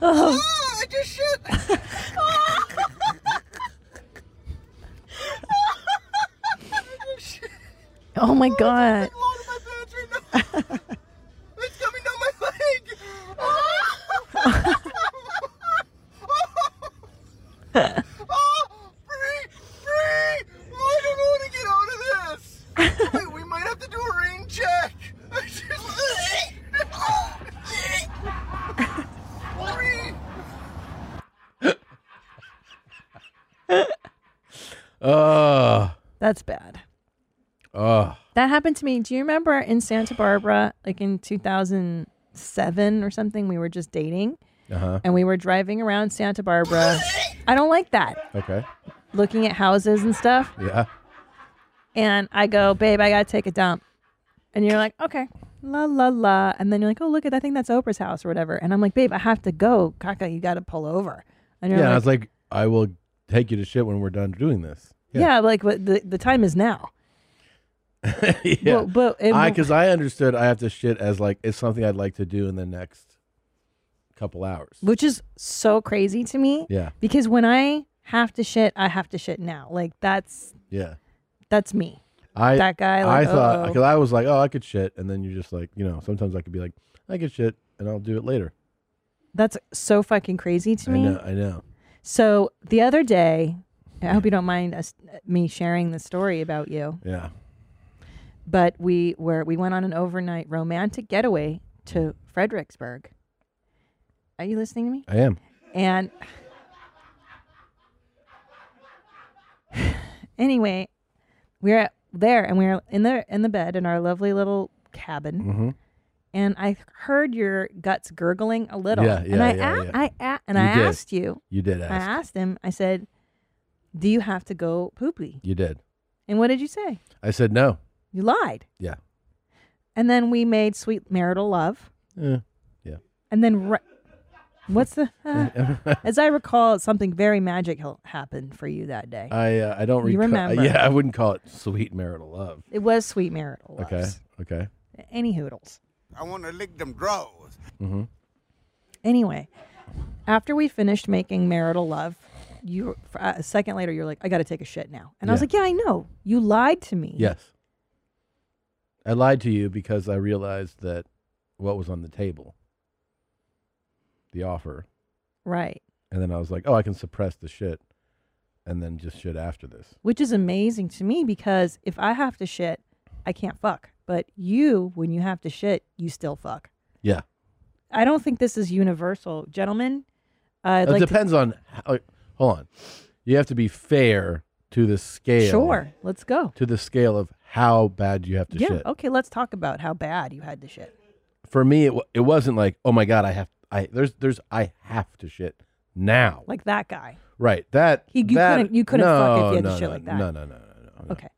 Speaker 5: Ah, I just shit.
Speaker 7: Oh my god.
Speaker 5: I'm out of my pants right now. It's coming down my leg. Ah. Ah.
Speaker 1: Uh-huh. Ugh.
Speaker 2: That's bad.
Speaker 1: Ugh.
Speaker 2: That happened to me. Do you remember in Santa Barbara, like in 2007 or something, we were just dating
Speaker 1: Uh-huh.
Speaker 2: and we were driving around Santa Barbara. I don't like that.
Speaker 1: Okay.
Speaker 2: Looking at houses and stuff.
Speaker 1: Yeah.
Speaker 2: And I go, babe, I got to take a dump. And you're like, okay, la, la, la. And then you're like, oh, look at, I think that's Oprah's house or whatever. And I'm like, babe, I have to go. Kaka, you got to pull over. And
Speaker 1: Yeah.
Speaker 2: you're
Speaker 1: I
Speaker 2: like,
Speaker 1: was like, I will take you to shit when we're done doing this.
Speaker 2: yeah. like what the, the time is now.
Speaker 1: yeah.
Speaker 2: But, but it-
Speaker 1: I because I understood I have to shit as like it's something I'd like to do in the next couple hours.
Speaker 2: which is so crazy to me.
Speaker 1: Yeah.
Speaker 2: Because when I have to shit, I have to shit now. Like that's
Speaker 1: Yeah.
Speaker 2: that's me.
Speaker 1: I
Speaker 2: That guy,
Speaker 1: I
Speaker 2: like,
Speaker 1: thought
Speaker 2: uh-oh.
Speaker 1: because I was like, oh, I could shit, and then you're just like, you know, sometimes I could be like, I could shit, and I'll do it later.
Speaker 2: That's so fucking crazy to
Speaker 1: I
Speaker 2: me.
Speaker 1: know. I know.
Speaker 2: So the other day, I hope you don't mind us me sharing the story about you.
Speaker 1: Yeah.
Speaker 2: But we were we went on an overnight romantic getaway to Fredericksburg. Are you listening to me?
Speaker 1: I am.
Speaker 2: And anyway, we we're there and we we're in the in the bed in our lovely little cabin.
Speaker 1: Mhm.
Speaker 2: And I heard your guts gurgling a little.
Speaker 1: Yeah,
Speaker 2: and
Speaker 1: yeah,
Speaker 2: I,
Speaker 1: yeah,
Speaker 2: a-
Speaker 1: yeah.
Speaker 2: I a- and
Speaker 1: You
Speaker 2: I
Speaker 1: did.
Speaker 2: asked you.
Speaker 1: You did
Speaker 2: I
Speaker 1: ask.
Speaker 2: asked him. I said, "Do you have to go poopy?"
Speaker 1: You did.
Speaker 2: And what did you say?
Speaker 1: I said no.
Speaker 2: You lied.
Speaker 1: Yeah.
Speaker 2: And then we made sweet marital love.
Speaker 1: Eh. Yeah.
Speaker 2: And then, ri- what's the? as I recall, something very magical happened for you that day.
Speaker 1: I uh, I don't
Speaker 2: You
Speaker 1: reco-
Speaker 2: remember.
Speaker 1: yeah, I wouldn't call it sweet marital love.
Speaker 2: it was sweet marital love.
Speaker 1: Okay. Okay.
Speaker 2: Any hoodles.
Speaker 5: I want to lick them draws.
Speaker 1: Mm-hmm.
Speaker 2: Anyway, after we finished making marital love, you for, uh, a second later you're like, I got to take a shit now, and I was
Speaker 1: Yeah.
Speaker 2: like, Yeah, I know. You lied to me.
Speaker 1: Yes. I lied to you because I realized that what was on the table, the offer,
Speaker 2: Right.
Speaker 1: and then I was like, oh, I can suppress the shit, and then just shit after this.
Speaker 2: Which is amazing to me because if I have to shit, I can't fuck. But you, when you have to shit, you still fuck.
Speaker 1: Yeah.
Speaker 2: I don't think this is universal, gentlemen. Uh,
Speaker 1: it depends on. How, like, hold on. You have to be fair to the scale.
Speaker 2: Sure, let's go.
Speaker 1: To the scale of how bad you have to
Speaker 2: yeah.
Speaker 1: shit.
Speaker 2: Okay, let's talk about how bad you had to shit.
Speaker 1: For me, it wa- it wasn't like, oh my god, I have I there's there's I have to shit now.
Speaker 2: Like that guy.
Speaker 1: Right. That
Speaker 2: He- you
Speaker 1: that-
Speaker 2: couldn't- you couldn't
Speaker 1: no,
Speaker 2: fuck if you had to
Speaker 1: no,
Speaker 2: shit
Speaker 1: no,
Speaker 2: like that.
Speaker 1: No, no, no, no, no, no.
Speaker 2: Okay.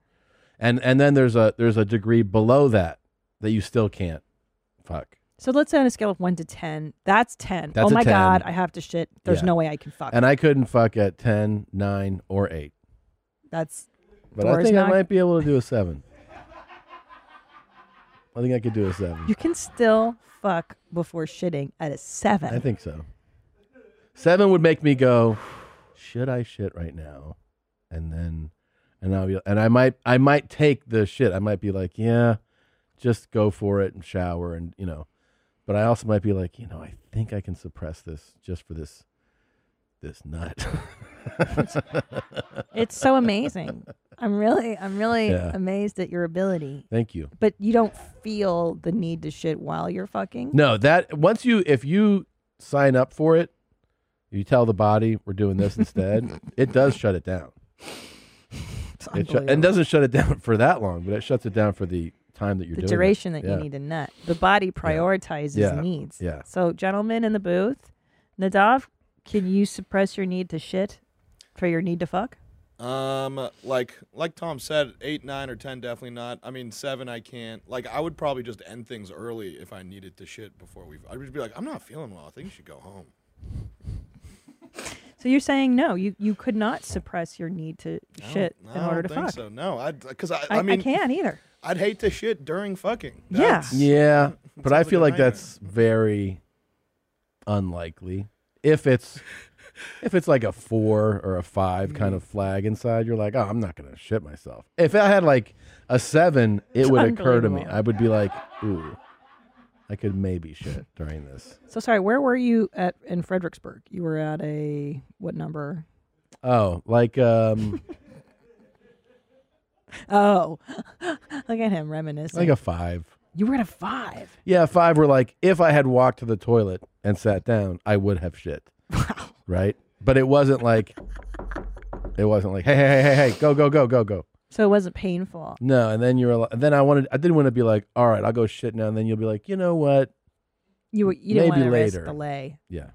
Speaker 1: And and then there's a there's a degree below that that you still can't fuck.
Speaker 2: So let's say on a scale of one to ten, that's ten.
Speaker 1: That's
Speaker 2: oh
Speaker 1: a
Speaker 2: my
Speaker 1: 10.
Speaker 2: god, I have to shit. There's
Speaker 1: Yeah.
Speaker 2: no way I can fuck.
Speaker 1: And I couldn't fuck at 10, 9 or 8.
Speaker 2: that's
Speaker 1: But I
Speaker 2: Doors
Speaker 1: think I
Speaker 2: knock.
Speaker 1: might be able to do a 7. I think I could do a 7.
Speaker 2: you can still fuck before shitting at a seven.
Speaker 1: I think so. 7 would make me go, should I shit right now? And then and I'll be, and I might I might take the shit. I might be like, yeah, just go for it and shower and, you know. But I also might be like, you know, I think I can suppress this just for this this nut.
Speaker 2: It's so amazing. I'm really, I'm really
Speaker 1: Yeah.
Speaker 2: amazed at your ability.
Speaker 1: Thank you.
Speaker 2: But you don't feel the need to shit while you're fucking.
Speaker 1: No, that once you if you sign up for it, you tell the body we're doing this instead. it does shut it down. It shu- and doesn't shut it down for that long, but it shuts it down for the time that you're
Speaker 2: The
Speaker 1: doing it.
Speaker 2: duration that
Speaker 1: Yeah.
Speaker 2: you need to nut. The body prioritizes
Speaker 1: Yeah.
Speaker 2: needs.
Speaker 1: Yeah.
Speaker 2: So, gentlemen in the booth, Nadav, can you suppress your need to shit for your need to fuck?
Speaker 6: Um, like like Tom said, eight, nine, or ten, definitely not. I mean, seven, I can't. Like, I would probably just end things early if I needed to shit before we. I'd just be like, I'm not feeling well. I think you should go home.
Speaker 2: So you're saying no, you you could not suppress your need to
Speaker 6: I
Speaker 2: shit
Speaker 6: don't-
Speaker 2: in
Speaker 6: I
Speaker 2: order
Speaker 6: don't
Speaker 2: to
Speaker 6: think
Speaker 2: fuck.
Speaker 6: So no, I because I,
Speaker 2: I,
Speaker 6: I, mean
Speaker 2: I can't either.
Speaker 6: I'd hate to shit during fucking.
Speaker 2: Yeah.
Speaker 6: That's-
Speaker 1: Yeah, but I
Speaker 6: sounds like
Speaker 1: feel
Speaker 6: a
Speaker 1: like
Speaker 6: nightmare.
Speaker 1: that's very unlikely. If it's if it's like a four or a
Speaker 6: Mm-hmm.
Speaker 1: five kind of flag inside, you're like, oh, I'm not gonna shit myself. If I had like a seven, it
Speaker 2: It's
Speaker 1: would occur to me.
Speaker 2: unbelievable.
Speaker 1: I would be like, ooh, I could maybe shit during this.
Speaker 2: So sorry, where were you at in Fredericksburg? You were at a what number?
Speaker 1: Oh, like um,
Speaker 2: Oh, look at him reminiscing.
Speaker 1: like a five.
Speaker 2: you were at a five.
Speaker 1: Yeah, five. Were like, if I had walked to the toilet and sat down, I would have shit. Wow. Right, but it wasn't like It wasn't like, hey, hey, hey, hey, hey, go, go, go, go, go.
Speaker 2: So it wasn't painful.
Speaker 1: No, and then you're like, then I wanted, I didn't want to be like, all right, I'll go shit now, and then you'll be like, you know what?
Speaker 2: You were- you didn't
Speaker 1: Maybe
Speaker 2: want to risk
Speaker 1: later.
Speaker 2: delay.
Speaker 1: Yeah.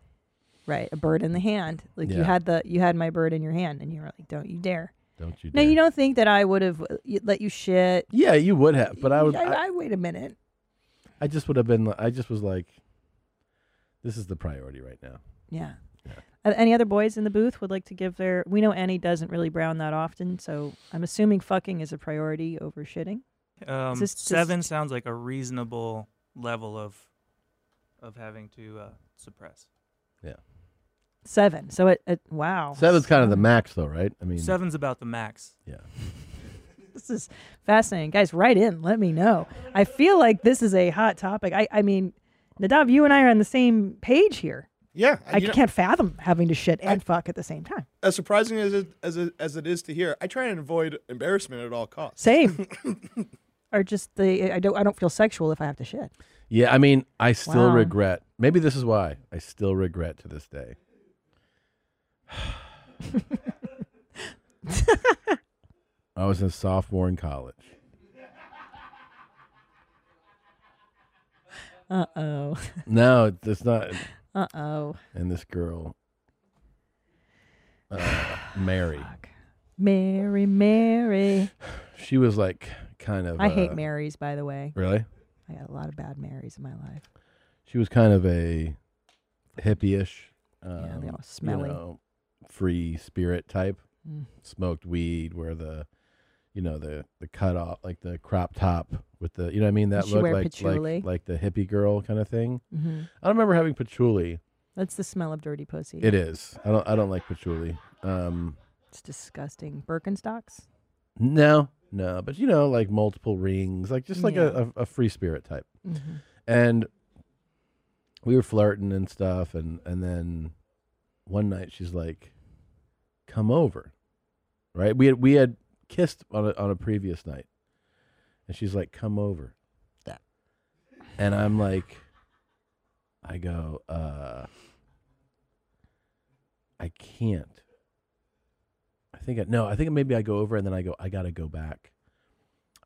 Speaker 2: Right, a bird in the hand. Like you
Speaker 1: Yeah.
Speaker 2: had the you had my bird in your hand, and you were like, "Don't you dare!"
Speaker 1: Don't you?
Speaker 2: No, you don't think that I would have uh, y- let you shit.
Speaker 1: Yeah, you would have, but I would. I,
Speaker 2: I, I wait a minute.
Speaker 1: I just would have been. li- I just was like, this is the priority right now.
Speaker 2: Yeah. Uh, Any other boys in the booth would like to give their? We know Annie doesn't really brown that often, so I'm assuming fucking is a priority over shitting.
Speaker 9: Um,
Speaker 2: Is this just-
Speaker 9: seven sounds like a reasonable level of of having to uh, suppress.
Speaker 2: Seven. So it, it wow.
Speaker 1: Seven's kind of the max, though, right? I mean,
Speaker 9: Seven's about the max.
Speaker 1: Yeah.
Speaker 2: This is fascinating, guys. Write in. Let me know. I feel like this is a hot topic. I I mean, Nadav, you and I are on the same page here.
Speaker 6: Yeah,
Speaker 2: I
Speaker 6: you know-
Speaker 2: can't fathom having to shit and fuck at the same time.
Speaker 6: As surprising as it, as it, as it is to hear, I try and avoid embarrassment at all costs.
Speaker 2: Same. or just the I don't I don't feel sexual if I have to shit.
Speaker 1: yeah. I mean, I still
Speaker 2: Wow.
Speaker 1: regret. Maybe this is why I still regret to this day. I was a sophomore in college.
Speaker 2: Uh oh.
Speaker 1: No, it's not.
Speaker 2: Uh oh.
Speaker 1: And this girl, uh, Mary,
Speaker 2: Mary, Mary.
Speaker 1: she was like kind of.
Speaker 2: I hate
Speaker 1: uh,
Speaker 2: Marys, by the way.
Speaker 1: Really?
Speaker 2: I got a lot of bad Marys in my life.
Speaker 1: she was kind of a hippie-ish, um,
Speaker 2: they're all
Speaker 1: you
Speaker 2: smelly.
Speaker 1: know, free spirit type.
Speaker 2: Mm.
Speaker 1: Smoked weed, where the, you know, the the cut off like the crop top with the, you know, what I mean that
Speaker 2: she
Speaker 1: look
Speaker 2: wear
Speaker 1: like,
Speaker 2: patchouli?
Speaker 1: like like the hippie girl kind of thing.
Speaker 2: Mhm.
Speaker 1: I don't remember having patchouli.
Speaker 2: That's the smell of dirty pussy.
Speaker 1: It is. I don't. I don't like patchouli. Um,
Speaker 2: It's disgusting. Birkenstocks.
Speaker 1: no, no, but you know, like multiple rings, like just like a, a, a free spirit type.
Speaker 2: Mhm.
Speaker 1: and we were flirting and stuff and and then one night she's like come over right we had we had kissed on a, on a previous night and she's like come over and i'm like i go uh i can't i think I, no i think maybe i go over and then i go i gotta go back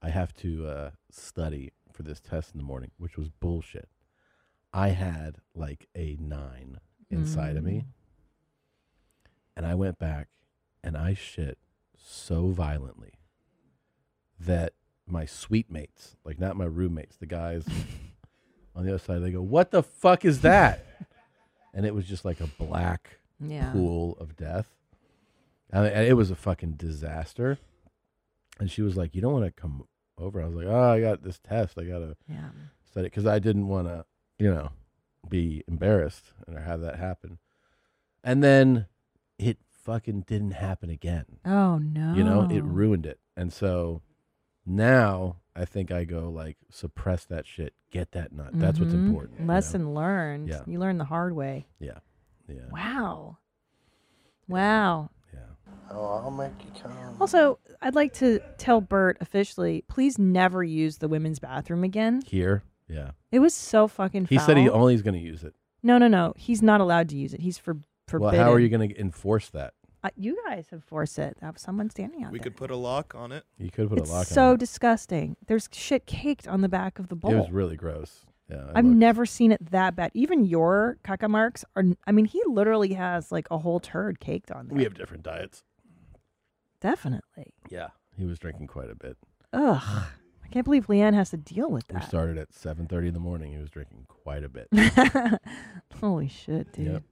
Speaker 1: I have to uh, study for this test in the morning, which was bullshit. I had like a nine inside of me. And I went back and I shit so violently that my sweet mates, like not my roommates, the guys on the other side, they go, What the fuck is that? and it was just like a black
Speaker 2: Yeah.
Speaker 1: pool of death. I mean, and it was a fucking disaster. And she was like, You don't want to come over. I was like, Oh, I got this test. I got to
Speaker 2: Yeah.
Speaker 1: study because I didn't want to, you know, be embarrassed and have that happen. And then it fucking didn't happen again.
Speaker 2: Oh, no.
Speaker 1: You know, it ruined it. And so now I think I go like suppress that shit, get that nut. That's what's
Speaker 2: Mhm.
Speaker 1: important. you know?
Speaker 2: Lesson learned.
Speaker 1: Yeah.
Speaker 2: You learn the hard way.
Speaker 1: Yeah. Yeah.
Speaker 2: Wow. Wow.
Speaker 11: Oh, I'll make you come.
Speaker 2: Also, I'd like to tell Bert officially, please never use the women's bathroom again.
Speaker 1: Here. Yeah.
Speaker 2: It was so fucking
Speaker 1: He said he
Speaker 2: foul.
Speaker 1: only is going to use it.
Speaker 2: No, no, no. He's not allowed to use it. He's for forbidden.
Speaker 1: Well, how are you going to enforce that?
Speaker 2: Uh, you guys have forced it. That was someone standing out
Speaker 6: We
Speaker 2: there.
Speaker 6: could put a lock on it.
Speaker 1: You could put
Speaker 2: It's
Speaker 1: a lock
Speaker 2: so
Speaker 1: on it.
Speaker 2: disgusting. There's shit caked on the back of the bowl.
Speaker 1: It was really gross. Yeah. I
Speaker 2: I've
Speaker 1: looked.
Speaker 2: never seen it that bad. Even your caca marks are. I mean, he literally has like a whole turd caked on there.
Speaker 1: we have different diets.
Speaker 2: Definitely.
Speaker 1: Yeah. He was drinking quite a bit.
Speaker 2: Ugh. I can't believe Leanne has to deal with
Speaker 1: We
Speaker 2: that.
Speaker 1: started at 7:30 in the morning. He was drinking quite a bit.
Speaker 2: Holy shit, dude.
Speaker 1: Yep.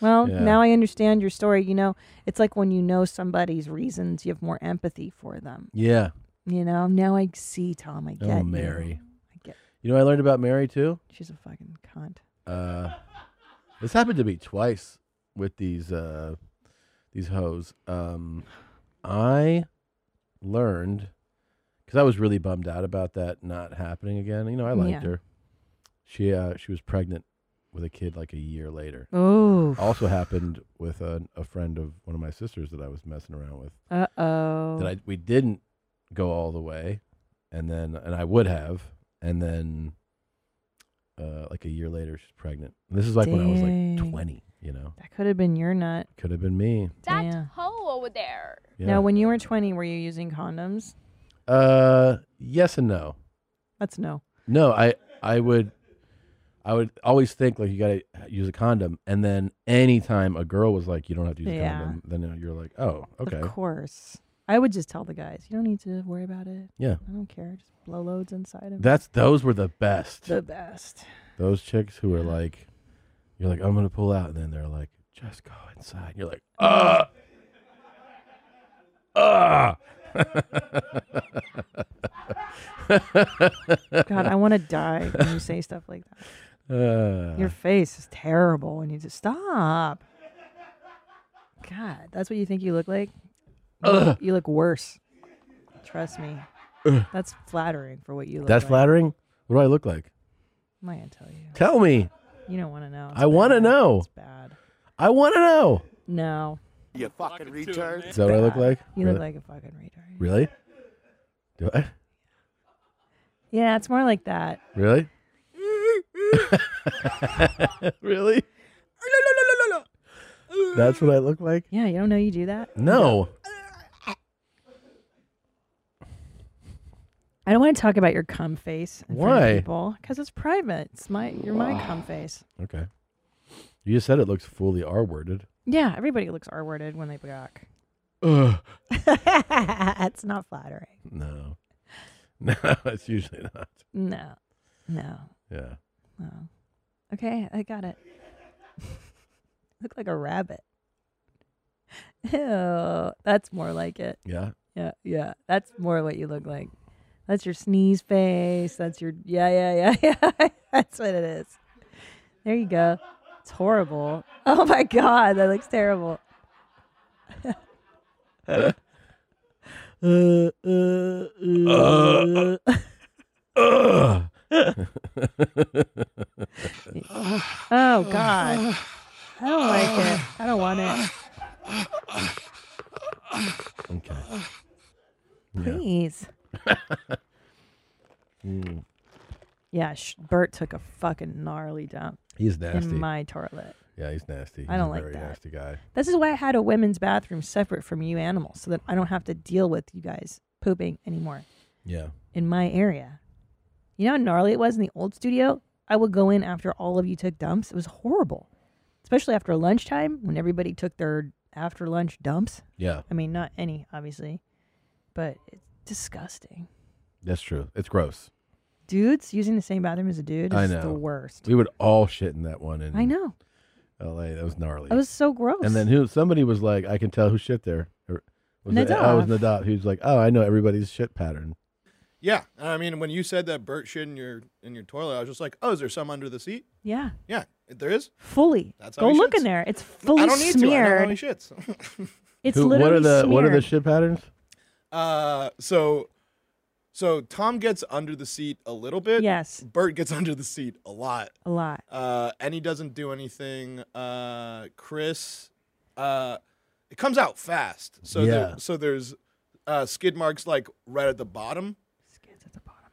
Speaker 2: Well,
Speaker 1: Yeah.
Speaker 2: now I understand your story. You know, it's like when you know somebody's reasons, you have more empathy for them.
Speaker 1: Yeah.
Speaker 2: You know, now I see, Tom. I get
Speaker 1: Oh,
Speaker 2: you.
Speaker 1: Mary.
Speaker 2: I get
Speaker 1: You know, what I learned about Mary too.
Speaker 2: she's a fucking cunt.
Speaker 1: Uh, this happened to me twice with these uh, these hoes. Um, I learned because I was really bummed out about that not happening again. You know, I liked
Speaker 2: Yeah.
Speaker 1: her. She uh, she was pregnant with a kid like a year later.
Speaker 2: Oh.
Speaker 1: Also happened with a, a friend of one of my sisters that I was messing around with.
Speaker 2: Uh oh.
Speaker 1: that I we didn't go all the way, and then and I would have, and then uh, like a year later, she's pregnant. And this is like when I was
Speaker 2: Dang.
Speaker 1: like 20, you know?
Speaker 2: That could have been your nut.
Speaker 1: Could have been me.
Speaker 12: That hole over there.
Speaker 1: Yeah.
Speaker 2: Now, when you were 20, were you using condoms?
Speaker 1: Uh, yes and no.
Speaker 2: That's no.
Speaker 1: No, I I would I would always think like you gotta use a condom, and then anytime a girl was like, "You don't have to use a
Speaker 2: Yeah.
Speaker 1: condom," then you're like, "Oh, okay."
Speaker 2: Of course. I would just tell the guys, you don't need to worry about it.
Speaker 1: Yeah.
Speaker 2: I don't care. Just blow loads inside of
Speaker 1: That's those were the best.
Speaker 2: The best.
Speaker 1: Those chicks who are like, you're like, "I'm gonna pull out," and then they're like, "Just go inside." You're like, "Ah, ah."
Speaker 2: God, I want to die when you say stuff like that.
Speaker 1: Uh.
Speaker 2: Your face is terrible when you just stop. God, that's what you think you look like? You look-
Speaker 1: Ugh.
Speaker 2: You look worse. Trust me.
Speaker 1: Ugh.
Speaker 2: That's flattering for what you look
Speaker 1: That's
Speaker 2: like.
Speaker 1: flattering. What do I look like?
Speaker 2: I'm not going to tell you.
Speaker 1: Tell me.
Speaker 2: You don't want to know. It's
Speaker 1: I want to
Speaker 2: bad.
Speaker 1: know.
Speaker 2: It's bad.
Speaker 1: I want to know.
Speaker 2: No.
Speaker 11: You fucking retard.
Speaker 1: Is that what I look like?
Speaker 2: You look
Speaker 1: Really?
Speaker 2: like a fucking retard.
Speaker 1: Really? Do I?
Speaker 2: Yeah, it's more like that.
Speaker 1: Really? really? That's what I look like?
Speaker 2: Yeah, you don't know you do that?
Speaker 1: No.
Speaker 2: I don't want to talk about your cum face. In Front
Speaker 1: Why?
Speaker 2: of people, because it's private. It's my, you're my cum face.
Speaker 1: Okay. You just said it looks fully R worded.
Speaker 2: Yeah, everybody looks R worded when they block.
Speaker 1: Ugh.
Speaker 2: it's not flattering.
Speaker 1: No. No, it's usually not.
Speaker 2: No, no,
Speaker 1: Yeah.
Speaker 2: no. Oh. Okay, I got it. Look like a rabbit. Ew, that's more like it.
Speaker 1: Yeah?
Speaker 2: Yeah, yeah. That's more what you look like. That's your sneeze face. That's your yeah, yeah, yeah, yeah. That's what it is. There you go. It's horrible. Oh my god, that looks terrible.
Speaker 7: Uh, uh,
Speaker 1: Uh, uh, uh.
Speaker 2: Oh god. I don't like it. I don't want it.
Speaker 1: Okay.
Speaker 2: Please.
Speaker 1: Mm.
Speaker 2: Yeah, sh- Bert took a fucking gnarly dump.
Speaker 1: He's nasty.
Speaker 2: In my toilet.
Speaker 1: Yeah, he's nasty.
Speaker 2: I
Speaker 1: He's
Speaker 2: don't
Speaker 1: a
Speaker 2: like
Speaker 1: very
Speaker 2: that.
Speaker 1: nasty guy.
Speaker 2: This is why I had a women's bathroom separate from you animals, so that I don't have to deal with you guys pooping anymore.
Speaker 1: Yeah.
Speaker 2: In my area, you know how gnarly it was in the old studio. I would go in after all of you took dumps. It was horrible, especially after lunchtime when everybody took their after lunch dumps.
Speaker 1: Yeah.
Speaker 2: I mean, not any, obviously, but it's disgusting.
Speaker 1: That's true. It's gross.
Speaker 2: Dudes using the same bathroom as a dude is
Speaker 1: I know.
Speaker 2: the worst.
Speaker 1: We would all shit in that one in
Speaker 2: I know.
Speaker 1: LA. That was gnarly.
Speaker 2: It was so gross.
Speaker 1: And then who? Somebody was like, I can tell who shit there. Or, was It, I was
Speaker 2: Nadav.
Speaker 1: Nadav. He was like, Oh, I know everybody's shit pattern.
Speaker 6: Yeah, I mean, when you said that Bert shit in your in your toilet, I was just like, oh, is there some under the seat?
Speaker 2: Yeah.
Speaker 6: Yeah, there is.
Speaker 2: Fully.
Speaker 6: That's how
Speaker 2: Go
Speaker 6: he
Speaker 2: look
Speaker 6: shits.
Speaker 2: in there. It's
Speaker 6: No,
Speaker 2: fully
Speaker 6: I don't need to. I know
Speaker 2: smeared.
Speaker 6: how he shits.
Speaker 2: It's
Speaker 1: Who-
Speaker 2: literally
Speaker 1: what are the What are the
Speaker 2: smeared.
Speaker 1: shit patterns?
Speaker 6: Uh, so, so Tom gets under the seat a little bit.
Speaker 2: Yes.
Speaker 6: Bert gets under the seat a lot.
Speaker 2: A lot.
Speaker 6: Uh, and he doesn't do anything. Uh, Chris, uh, it comes out fast. So there,
Speaker 1: Yeah.
Speaker 6: so there's uh, skid marks like right at the bottom,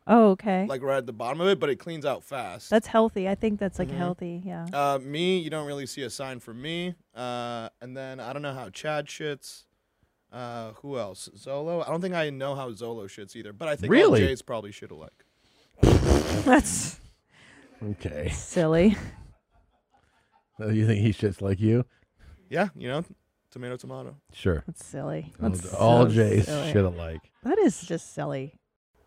Speaker 2: Oh, okay.
Speaker 6: like right at the bottom of it, but it cleans out fast.
Speaker 2: That's healthy. I think that's like
Speaker 6: Mhm.
Speaker 2: healthy. Yeah.
Speaker 6: Uh, me, you don't really see a sign for me. Uh, and then I don't know how Chad shits. Uh, who else? Zolo. I don't think I know how Zolo shits either. But I think
Speaker 1: Really?
Speaker 6: all Jays probably shit alike.
Speaker 2: that's
Speaker 1: Okay.
Speaker 2: silly.
Speaker 1: Uh, You think he shits like you?
Speaker 6: Yeah, you know, tomato, tomato.
Speaker 1: Sure.
Speaker 2: That's silly.
Speaker 1: All-
Speaker 2: That's
Speaker 1: all
Speaker 2: so
Speaker 1: Jays
Speaker 2: silly.
Speaker 1: shit alike.
Speaker 2: That is just silly.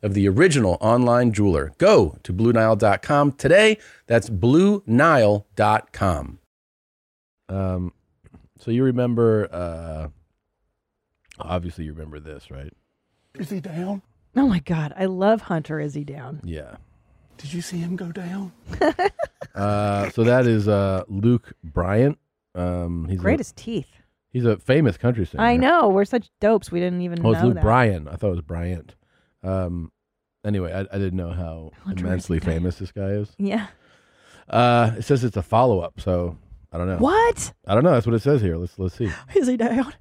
Speaker 1: of the original online jeweler. Go to BlueNile.com today. That's BlueNile.com. Um, so you remember. Uh, Obviously, you remember this, right?
Speaker 2: Is he down? Oh my God. I love Hunter. Is he down?
Speaker 1: Yeah.
Speaker 2: Did you see him go down?
Speaker 1: Uh, so that is uh, Luke Bryant. Um, he's a,
Speaker 2: Great as teeth.
Speaker 1: He's a famous country singer.
Speaker 2: I know. We're such dopes. We didn't even
Speaker 1: Oh,
Speaker 2: know
Speaker 1: it's Luke
Speaker 2: that.
Speaker 1: Bryan. I thought it was Bryant. Um, anyway, I, I didn't know how
Speaker 2: wonder where
Speaker 1: immensely
Speaker 2: that guy-
Speaker 1: famous this guy is.
Speaker 2: Yeah.
Speaker 1: Uh, it says it's a follow up, so I don't know.
Speaker 2: What?
Speaker 1: I don't know. That's what it says here. Let's let's see.
Speaker 2: Is he down?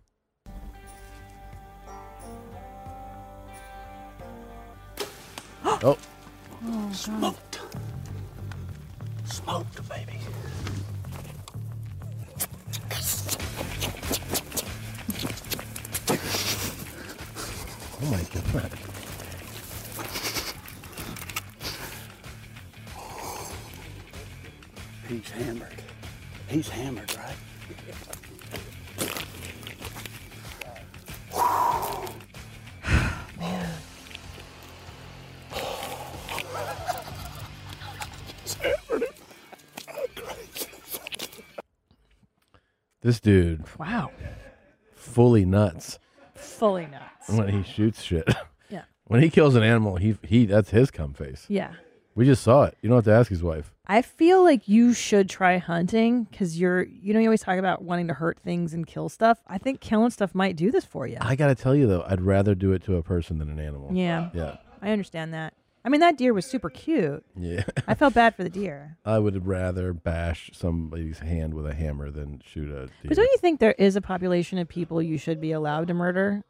Speaker 1: oh,
Speaker 11: Smoked. Smoked, baby.
Speaker 1: oh my god.
Speaker 11: He's hammered. He's hammered, right?
Speaker 1: This dude.
Speaker 2: Wow.
Speaker 1: Fully nuts
Speaker 2: Fully nuts.
Speaker 1: when he shoots shit.
Speaker 2: Yeah.
Speaker 1: When he kills an animal, he he that's his cum face.
Speaker 2: Yeah.
Speaker 1: We just saw it. You don't have to ask his wife.
Speaker 2: I feel like you should try hunting because you're, you know, you always talk about wanting to hurt things and kill stuff. I think killing stuff might do this for you.
Speaker 1: I gotta tell you though, I'd rather do it to a person than an animal.
Speaker 2: Yeah.
Speaker 1: Yeah.
Speaker 2: I understand that. I mean, that deer was super cute.
Speaker 1: Yeah.
Speaker 2: I felt bad for the deer.
Speaker 1: I would rather bash somebody's hand with a hammer than shoot a deer.
Speaker 2: But don't you think there is a population of people you should be allowed to murder?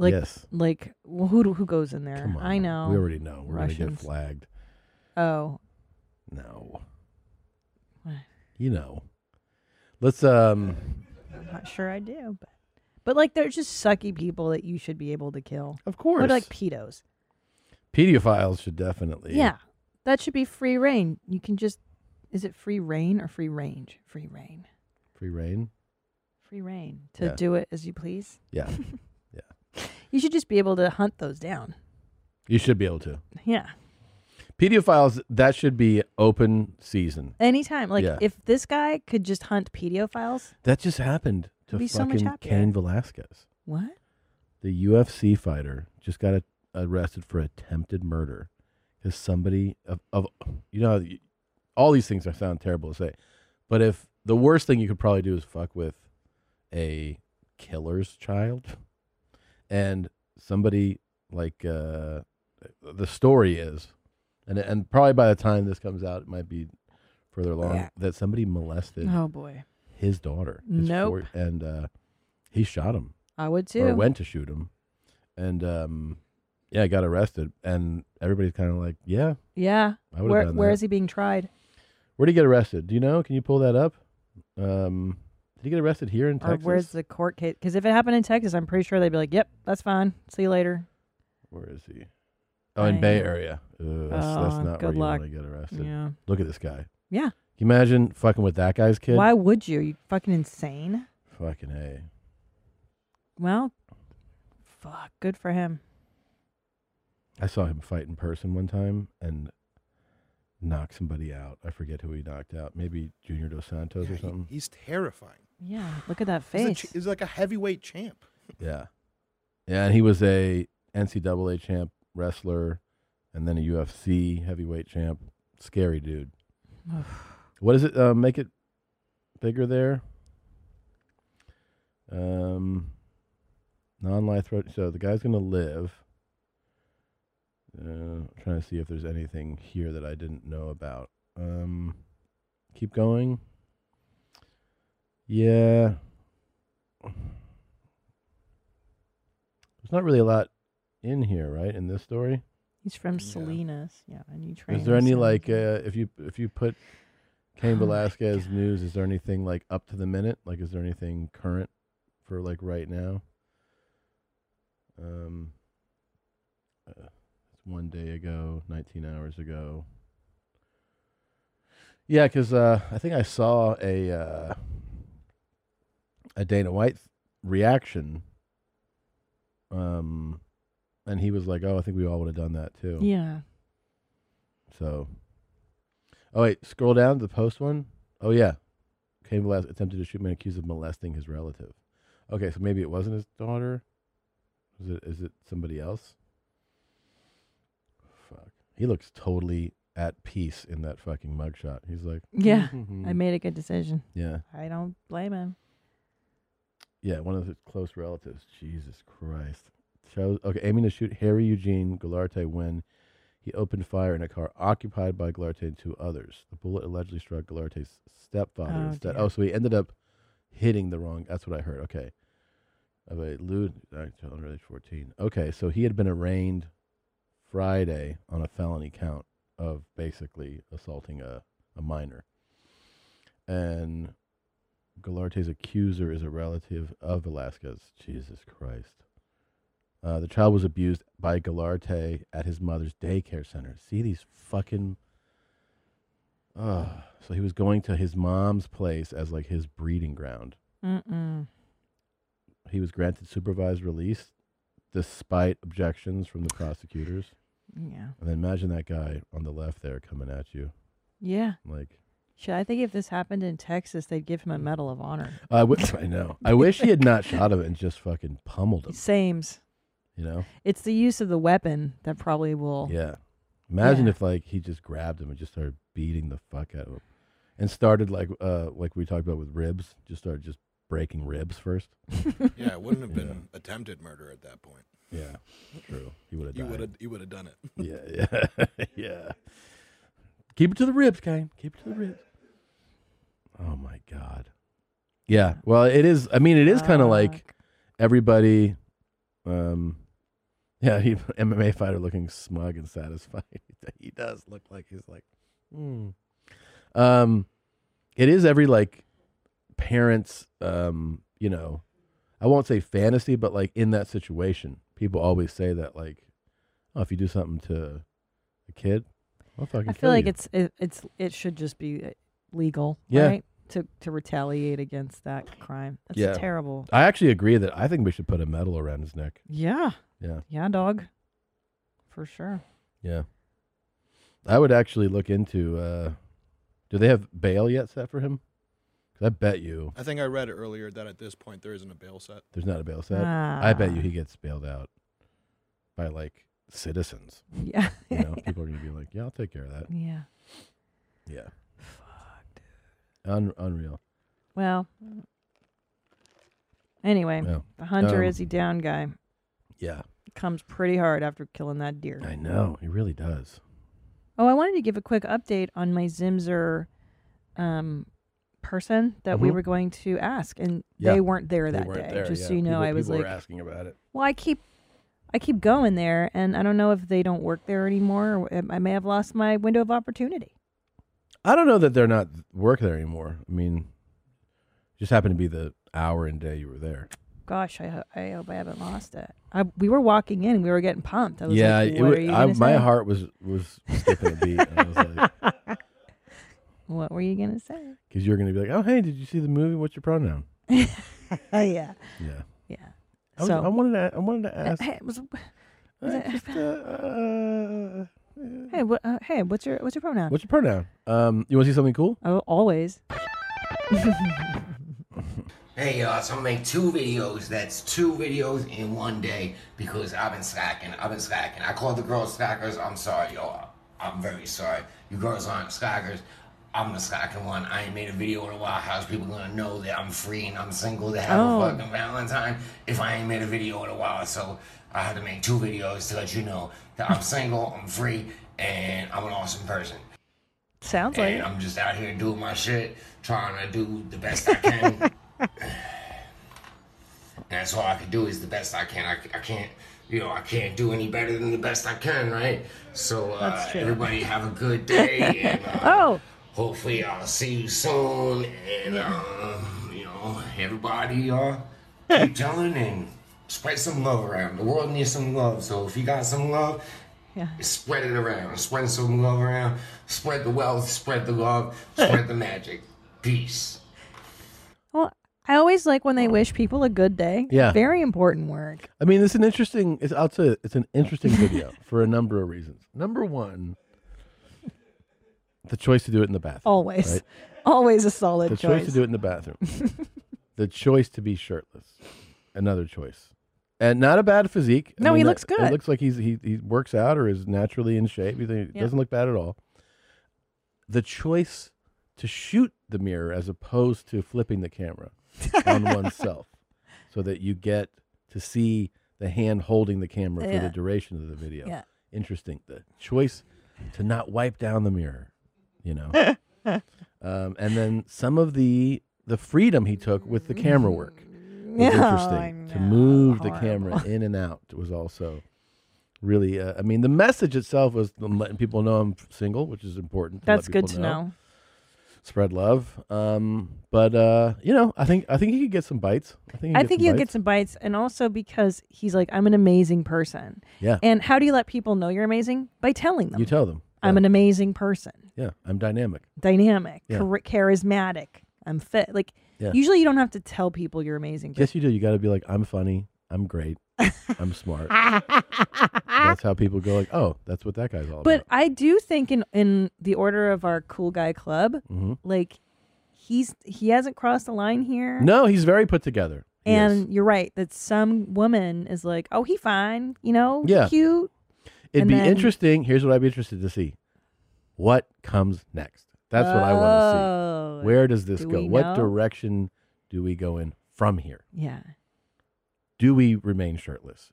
Speaker 2: Like,
Speaker 1: Yes.
Speaker 2: Like, well, who do, who goes in there?
Speaker 1: Come on.
Speaker 2: I know.
Speaker 1: We already know. We're gonna get
Speaker 2: Russians.
Speaker 1: flagged.
Speaker 2: Oh,
Speaker 1: No.
Speaker 2: What?
Speaker 1: You know. Let's um
Speaker 2: I'm not sure I do, but but like, there's just sucky people that you should be able to kill.
Speaker 1: Of
Speaker 2: Or like pedos.
Speaker 1: pedophiles should definitely
Speaker 2: Yeah. That should be free reign. You can just is it free reign or free range? Free reign.
Speaker 1: free reign.
Speaker 2: Free reign to
Speaker 1: Yeah.
Speaker 2: do it as you please.
Speaker 1: Yeah.
Speaker 2: You should just be able to hunt those down.
Speaker 1: you should be able to.
Speaker 2: Yeah.
Speaker 1: Pedophiles, that should be open season.
Speaker 2: Anytime. Like
Speaker 1: Yeah.
Speaker 2: if this guy could just hunt pedophiles.
Speaker 1: That just happened to
Speaker 2: I'd be so much
Speaker 1: fucking
Speaker 2: happier.
Speaker 1: Cain Velasquez.
Speaker 2: What?
Speaker 1: The UFC fighter just got a, arrested for attempted murder because somebody of, of you know you- all these things I sound terrible to say, but if the worst thing you could probably do is fuck with a killer's child, and somebody like uh, the story is, and and probably by the time this comes out, it might be further along that somebody molested.
Speaker 2: Oh, boy.
Speaker 1: his daughter. his
Speaker 2: Nope.
Speaker 1: four- and uh, he shot him.
Speaker 2: I would
Speaker 1: Or
Speaker 2: too.
Speaker 1: went to shoot him, and um, yeah, got arrested. And everybody's kind of like, yeah,
Speaker 2: Yeah.
Speaker 1: I would
Speaker 2: Where
Speaker 1: have done
Speaker 2: where
Speaker 1: that.
Speaker 2: is he being tried?
Speaker 1: Where'd he get arrested? Do you know? Can you pull that up? Um, did he get arrested here in Texas?
Speaker 2: Or where's the court case? Because if it happened in Texas, I'm pretty sure they'd be like, Yep, that's fine. See you later.
Speaker 1: Where is he? Oh, in
Speaker 2: I-
Speaker 1: Bay Area. Ugh, that's, that's
Speaker 2: Oh,
Speaker 1: not
Speaker 2: good
Speaker 1: where you
Speaker 2: luck.
Speaker 1: want to get arrested.
Speaker 2: Yeah.
Speaker 1: Look at this guy.
Speaker 2: Yeah.
Speaker 1: Can you imagine fucking with that guy's kid?
Speaker 2: Why would you? You fucking insane.
Speaker 1: Fucking A.
Speaker 2: Well, fuck. Good for him.
Speaker 1: I saw him fight in person one time and knock somebody out. I forget who he knocked out. Maybe Junior Dos Santos or something.
Speaker 6: He's terrifying.
Speaker 2: Yeah. Look at that
Speaker 6: He's, a
Speaker 2: face.
Speaker 6: ch- he's like a heavyweight champ.
Speaker 1: Yeah. Yeah, and he was a NCAA champ wrestler and then a UFC heavyweight champ. Scary dude.
Speaker 2: Ugh.
Speaker 1: what is it? Uh, make it bigger there. Um, non-life threat. So the guy's gonna live. Uh, trying to see if there's anything here that I didn't know about. Um, keep going. Yeah, there's not really a lot in here, right? In this story.
Speaker 2: He's from Salinas. Yeah. And you train.
Speaker 1: Is there any
Speaker 2: us.
Speaker 1: like uh, if you if you put
Speaker 2: Oh
Speaker 1: Cain
Speaker 2: my
Speaker 1: Velasquez news? Is there anything like up to the minute? Like, is there anything current for like right now? Um, uh, it's one day ago, nineteen hours ago. Yeah, because uh, I think I saw a uh, a Dana White reaction. Um, and he was like, "Oh, I think we all would have done that too."
Speaker 2: Yeah.
Speaker 1: So, oh wait, scroll down to the post one. Oh yeah, Cain Velasquez attempted to shoot man accused of molesting his relative. Okay, so maybe it wasn't his daughter. Is it? Is it somebody else? Fuck. He looks totally at peace in that fucking mugshot. He's like,
Speaker 2: Yeah. I made a good decision.
Speaker 1: mm. Yeah.
Speaker 2: I don't blame him.
Speaker 1: Yeah, one of his close relatives. Jesus Christ. Chose, okay, aiming to shoot Harry Eugene Gallarte when he opened fire in a car occupied by Gallarte and two others. The bullet allegedly struck Gallarte's stepfather
Speaker 10: Oh,
Speaker 1: instead.
Speaker 10: dear.
Speaker 1: Oh, so he ended up hitting the wrong. That's what I heard. Okay. Of a lewd act on early 14. Okay, so he had been arraigned Friday on a felony count of basically assaulting a, a minor. And Galarte's accuser is a relative of Velasquez. Jesus Christ. Uh, the child was abused by Galarte at his mother's daycare center. See these fucking. Ugh. so he was going to his mom's place as like his breeding ground.
Speaker 2: Mm-mm.
Speaker 1: He was granted supervised release despite objections from the prosecutors.
Speaker 2: Yeah.
Speaker 1: And then imagine that guy on the left there coming at you.
Speaker 2: Yeah.
Speaker 1: Like,
Speaker 2: Should I think if this happened in Texas, they'd give him a Medal of Honor?
Speaker 1: I wi- I know. I wish he had not shot him and just fucking pummeled him,
Speaker 2: Sames.
Speaker 1: you know?
Speaker 2: It's the use of the weapon that probably will.
Speaker 1: Yeah. Imagine
Speaker 2: Yeah.
Speaker 1: if like he just grabbed him and just started beating the fuck out of him, and started like uh like we talked about with ribs, just started just breaking ribs first.
Speaker 6: Yeah, it wouldn't have been attempted murder at that point.
Speaker 1: Yeah, true. He would have
Speaker 6: You
Speaker 1: died.
Speaker 6: would have. You would have done it.
Speaker 1: Yeah, yeah, yeah. Keep it to the ribs, Kane. Keep it to the ribs. Oh my god. Yeah. Well, it is. I mean, it is kind of like everybody. Um, yeah, he MMA fighter looking smug and satisfied. he does look like he's like, hmm. Um, it is every like parents. Um, you know, I won't say fantasy, but like in that situation, people always say that like, oh, if you do something to a kid, I'll fucking
Speaker 2: I
Speaker 1: kill
Speaker 2: feel like
Speaker 1: you.
Speaker 2: it's it, it's it should just be uh, legal,
Speaker 1: Yeah.
Speaker 2: right? To to retaliate against that crime. That's terrible.
Speaker 1: I actually agree that I think we should put a medal around his neck.
Speaker 2: Yeah.
Speaker 1: Yeah.
Speaker 2: Yeah, dog. For sure.
Speaker 1: Yeah. I would actually look into uh do they have bail yet set for him? 'Cause I bet you
Speaker 6: I think I read earlier that at this point there isn't a bail set.
Speaker 1: there's not a bail set. I bet you he gets bailed out by like citizens.
Speaker 2: Yeah.
Speaker 1: You know, people are going to be like, "Yeah, I'll take care of that."
Speaker 2: Yeah.
Speaker 1: Yeah. Fuck. Un- unreal.
Speaker 2: Well. Anyway,
Speaker 1: Yeah.
Speaker 2: the Hunter
Speaker 1: Um,
Speaker 2: is he down guy
Speaker 1: Yeah.
Speaker 2: comes pretty hard after killing that deer.
Speaker 1: I know. He really does.
Speaker 2: Oh, I wanted to give a quick update on my Zimzer um, person that we
Speaker 1: Mhm.
Speaker 2: were going to ask, and
Speaker 1: Yeah.
Speaker 2: they weren't there
Speaker 1: They
Speaker 2: that
Speaker 1: weren't
Speaker 2: day.
Speaker 1: there,
Speaker 2: just so
Speaker 1: yeah.
Speaker 2: you know,
Speaker 1: People-
Speaker 2: I was
Speaker 1: people
Speaker 2: like
Speaker 1: were asking about it.
Speaker 2: Well, I keep, I keep going there, and I don't know if they don't work there anymore. Or I may have lost my window of opportunity.
Speaker 1: I don't know that they're not work there anymore. I mean, just happened to be the hour and day you were there.
Speaker 2: gosh, I, ho- I hope I haven't lost it. I, we were walking in, we were getting pumped. I was
Speaker 1: yeah,
Speaker 2: like,
Speaker 1: it
Speaker 2: what
Speaker 1: wa-
Speaker 2: are you
Speaker 1: I-
Speaker 2: gonna
Speaker 1: my
Speaker 2: say?
Speaker 1: heart was was skipping a beat. I was like,
Speaker 2: What were you gonna say?
Speaker 1: because you're gonna be like, oh hey, did you see the movie? What's your pronoun?
Speaker 2: Oh yeah,
Speaker 1: Yeah.
Speaker 2: yeah.
Speaker 1: Oh, I was-
Speaker 2: so
Speaker 1: I wanted to. I wanted to ask.
Speaker 2: Hey, it was,
Speaker 1: was it- uh,
Speaker 2: hey, what, uh, hey, what's your what's your pronoun?
Speaker 1: What's your pronoun? Um, you want to see something cool?
Speaker 2: Oh, always.
Speaker 10: Hey y'all, so I'm gonna make two videos. That's two videos in one day because I've been slacking. I've been slacking. I called the girls slackers. I'm sorry, y'all. I'm very sorry. You girls aren't slackers. I'm the slacking one. I ain't made a video in a while. How's people gonna know that I'm free and I'm single to have
Speaker 2: Oh.
Speaker 10: a fucking Valentine if I ain't made a video in a while? So I had to make two videos to let you know that I'm single, I'm free, and I'm an awesome person.
Speaker 2: Sounds like
Speaker 10: And
Speaker 2: it.
Speaker 10: I'm just out here doing my shit, trying to do the best I can. That's all I can do is the best I can. I, I can't, you know, I can't do any better than the best I can, right? So uh,
Speaker 2: That's true.
Speaker 10: everybody have a good day, and uh,
Speaker 2: oh,
Speaker 10: hopefully I'll see you soon. And um, you know, everybody, uh, keep telling and spread some love around. The world needs some love, so if you got some love,
Speaker 2: yeah.
Speaker 10: spread it around. Spread some love around. Spread the wealth. Spread the love. Spread the magic. Peace.
Speaker 2: Well, I always like when they wish people a good day.
Speaker 1: Yeah.
Speaker 2: Very important work.
Speaker 1: I mean, it's an interesting. It's I'll say it's an interesting video for a number of reasons. Number one, the choice to do it in the bathroom.
Speaker 2: Always.
Speaker 1: right?
Speaker 2: Always a solid
Speaker 1: The choice to do it in the bathroom. the choice to be shirtless. Another choice. And not a bad physique.
Speaker 2: No, he
Speaker 1: that-
Speaker 2: looks good.
Speaker 1: It looks like he's he, he works out or is naturally in shape. He think-
Speaker 2: Yeah.
Speaker 1: doesn't look bad at all. The choice to shoot the mirror as opposed to flipping the camera on oneself so that you get to see the hand holding the camera for
Speaker 13: Yeah.
Speaker 1: the duration of the video.
Speaker 13: Yeah.
Speaker 1: Interesting. The choice to not wipe down the mirror, you know. um, and then some of the the freedom he took with the camera work was
Speaker 2: Yeah, Oh, I
Speaker 1: interesting. To move the camera in and out was also really. Uh, I mean, the message itself was letting people know I'm single, which is important. let
Speaker 2: That's good
Speaker 1: people
Speaker 2: to know.
Speaker 1: Spread love, um, but uh, you know, I think I think he could get some bites. I think he could
Speaker 2: I
Speaker 1: get
Speaker 2: think
Speaker 1: some
Speaker 2: you
Speaker 1: bites.
Speaker 2: get some bites, and also because he's like, I'm an amazing person.
Speaker 1: Yeah.
Speaker 2: And how do you let people know you're amazing? By telling them.
Speaker 1: You tell them.
Speaker 2: I'm an amazing person,
Speaker 1: Yeah, I'm dynamic.
Speaker 2: dynamic,
Speaker 1: Yeah.
Speaker 2: chari- charismatic. I'm fit. Like,
Speaker 1: Yeah.
Speaker 2: usually you don't have to tell people you're amazing. but
Speaker 1: Yes, you do. You got to be like, I'm funny. I'm great. I'm smart.
Speaker 2: "Ah,
Speaker 1: that's how people go like, oh, that's what that guy's all
Speaker 2: But I do think in in the order of our cool guy club,
Speaker 1: Mhm.
Speaker 2: like he's he hasn't crossed the line here.
Speaker 1: about. No, he's very put together. He is.
Speaker 2: And you're right that some woman is like, "Oh, he fine, you know, he
Speaker 1: Yeah.
Speaker 2: cute."
Speaker 1: It'd
Speaker 2: and
Speaker 1: be
Speaker 2: then-
Speaker 1: interesting. Here's what I'd be interested to see. What comes next? That's what I want to
Speaker 2: Oh,
Speaker 1: see. Where does this
Speaker 2: do
Speaker 1: go?
Speaker 2: we
Speaker 1: What
Speaker 2: know?
Speaker 1: direction do we go in from here?
Speaker 2: Yeah.
Speaker 1: Do we remain shirtless?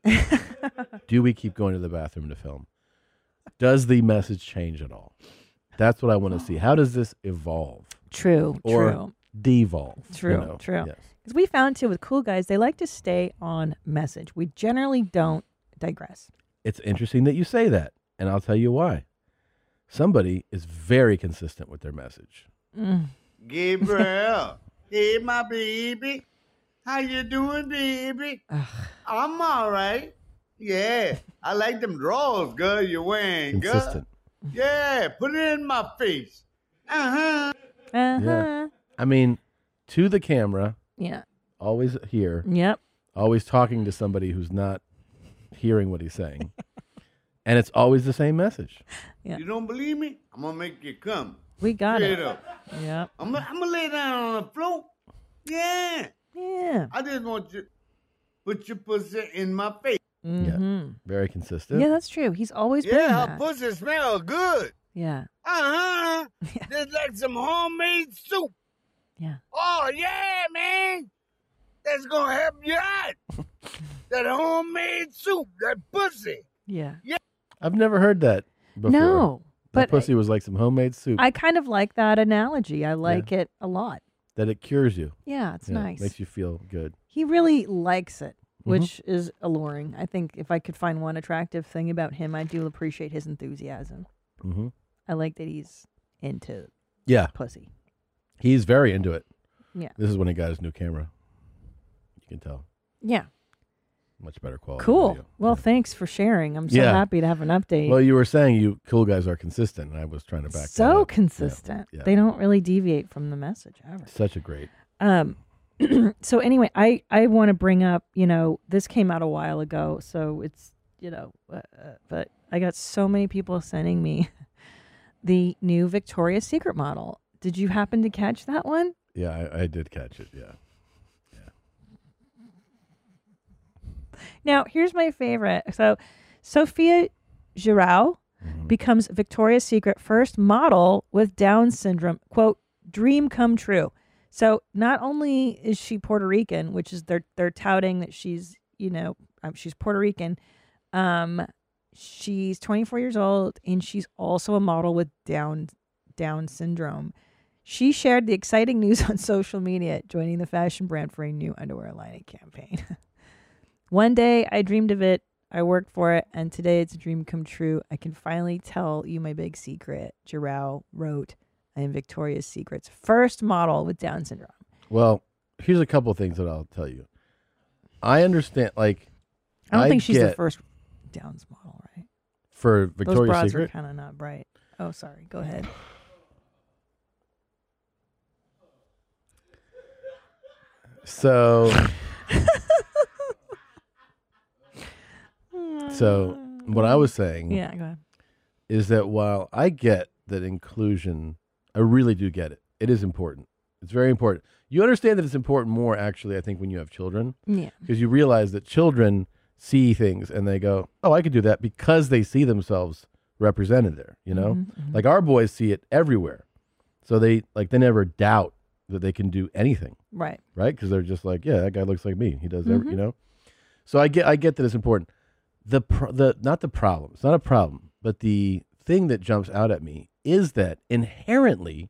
Speaker 1: do we keep going to the bathroom to film? Does the message change at all? That's what I want to see. How does this evolve?
Speaker 2: True,
Speaker 1: Or
Speaker 2: true.
Speaker 1: devolve. you
Speaker 2: True,
Speaker 1: know?
Speaker 2: true.
Speaker 1: Yeah.
Speaker 2: Because we found too with cool guys, they like to stay on message. We generally don't digress.
Speaker 1: It's interesting that you say that, and I'll tell you why. Somebody is very consistent with their message.
Speaker 14: Gabriel. hey, my baby. How you doing, baby? I'm all right. Yeah, I like them drawers, girl. You're wearing, girl.
Speaker 1: Consistent.
Speaker 14: Yeah, put it in my face. Uh huh.
Speaker 2: Uh
Speaker 1: Yeah. I mean, to the camera,
Speaker 2: Yeah.
Speaker 1: always here.
Speaker 2: Yep.
Speaker 1: Always talking to somebody who's not hearing what he's saying. and it's always the same message.
Speaker 14: You don't believe me? I'm gonna make you come.
Speaker 2: We got
Speaker 14: Straight
Speaker 2: it.
Speaker 14: up.
Speaker 2: Yep.
Speaker 14: I'm gonna, I'm gonna lay down on the floor. Yeah.
Speaker 2: Yeah.
Speaker 14: I just want you put your pussy in my face.
Speaker 2: Mm.
Speaker 1: Yeah. Very consistent.
Speaker 2: Mm-hmm. Yeah, that's true. He's always been
Speaker 14: Yeah, her
Speaker 2: that.
Speaker 14: pussy smell good.
Speaker 2: yeah.
Speaker 14: Uh huh. Just like some homemade soup.
Speaker 2: Yeah.
Speaker 14: Oh yeah, man. That's gonna help you out. that homemade soup, that pussy.
Speaker 2: Yeah.
Speaker 14: Yeah.
Speaker 1: I've never heard that before.
Speaker 2: No,
Speaker 1: That
Speaker 2: but
Speaker 1: pussy was like some homemade soup
Speaker 2: I kind of like that analogy. I like it a lot.
Speaker 1: that it cures you.
Speaker 2: Yeah, it's nice.
Speaker 1: Makes you feel good.
Speaker 2: He really likes it,
Speaker 1: Mhm.
Speaker 2: which is alluring. I think if I could find one attractive thing about him, I do appreciate his enthusiasm.
Speaker 1: Mhm.
Speaker 2: I like that he's into
Speaker 1: Yeah.
Speaker 2: pussy.
Speaker 1: He's very into it.
Speaker 2: Yeah.
Speaker 1: This is when he got his new camera. You can tell.
Speaker 2: Yeah.
Speaker 1: Much better quality.
Speaker 2: Cool. Well, thanks for sharing. I'm so
Speaker 1: Oh, Yeah.
Speaker 2: happy to have an update.
Speaker 1: Well, you were saying you cool guys are consistent, and I was trying to back. that
Speaker 2: so
Speaker 1: up. Yeah,
Speaker 2: consistent.
Speaker 1: yeah.
Speaker 2: They don't really deviate from the message ever.
Speaker 1: Such a great.
Speaker 2: Um, so anyway, I I want to bring up, you know, this came out a while ago, so it's you know, uh, uh, but I got so many people sending me the new Victoria's Secret model. Did you happen to catch that one?
Speaker 1: Yeah, I, I did catch it. Yeah.
Speaker 2: Now, here's my favorite. So, Sophia Giraud becomes Victoria's Secret first model with Down syndrome. Quote, dream come true. So, not only is she Puerto Rican, which is they're they're touting that she's, you know, um, she's Puerto Rican. Um, she's 24 years old and she's also a model with Down Down syndrome. She shared the exciting news on social media, joining the fashion brand for a new underwear lining campaign. One day I dreamed of it. I worked for it, and today it's a dream come true. I can finally tell you my big secret. Jarrell wrote, "I am Victoria's Secret's first model with Down syndrome."
Speaker 1: Well, here's a couple things that I'll tell you. I understand. Like,
Speaker 2: I don't think she's the
Speaker 1: get-
Speaker 2: first Downs model, right?
Speaker 1: for
Speaker 2: Those
Speaker 1: Victoria's
Speaker 2: broads
Speaker 1: Secret.
Speaker 2: were kind of not bright. Oh, sorry. Go ahead.
Speaker 1: So, so what I was saying,
Speaker 2: Yeah, go ahead.
Speaker 1: is that while I get that inclusion, I really do get it. It is important. It's very important. You understand that it's important more actually. I think when you have children,
Speaker 2: Yeah.
Speaker 1: because you realize that children see things and they go, "Oh, I could do that," because they see themselves represented there. You know,
Speaker 2: Mm-hmm,
Speaker 13: Mhm,
Speaker 1: like our boys see it everywhere, so they like they never doubt that they can do anything
Speaker 2: Right.
Speaker 1: right? Because they're just like, yeah, that guy looks like me. He does, every,
Speaker 13: Mhm.
Speaker 1: you know. So I get, I get that it's important. The pro- the not the problem. It's not a problem, but the thing that jumps out at me is that inherently,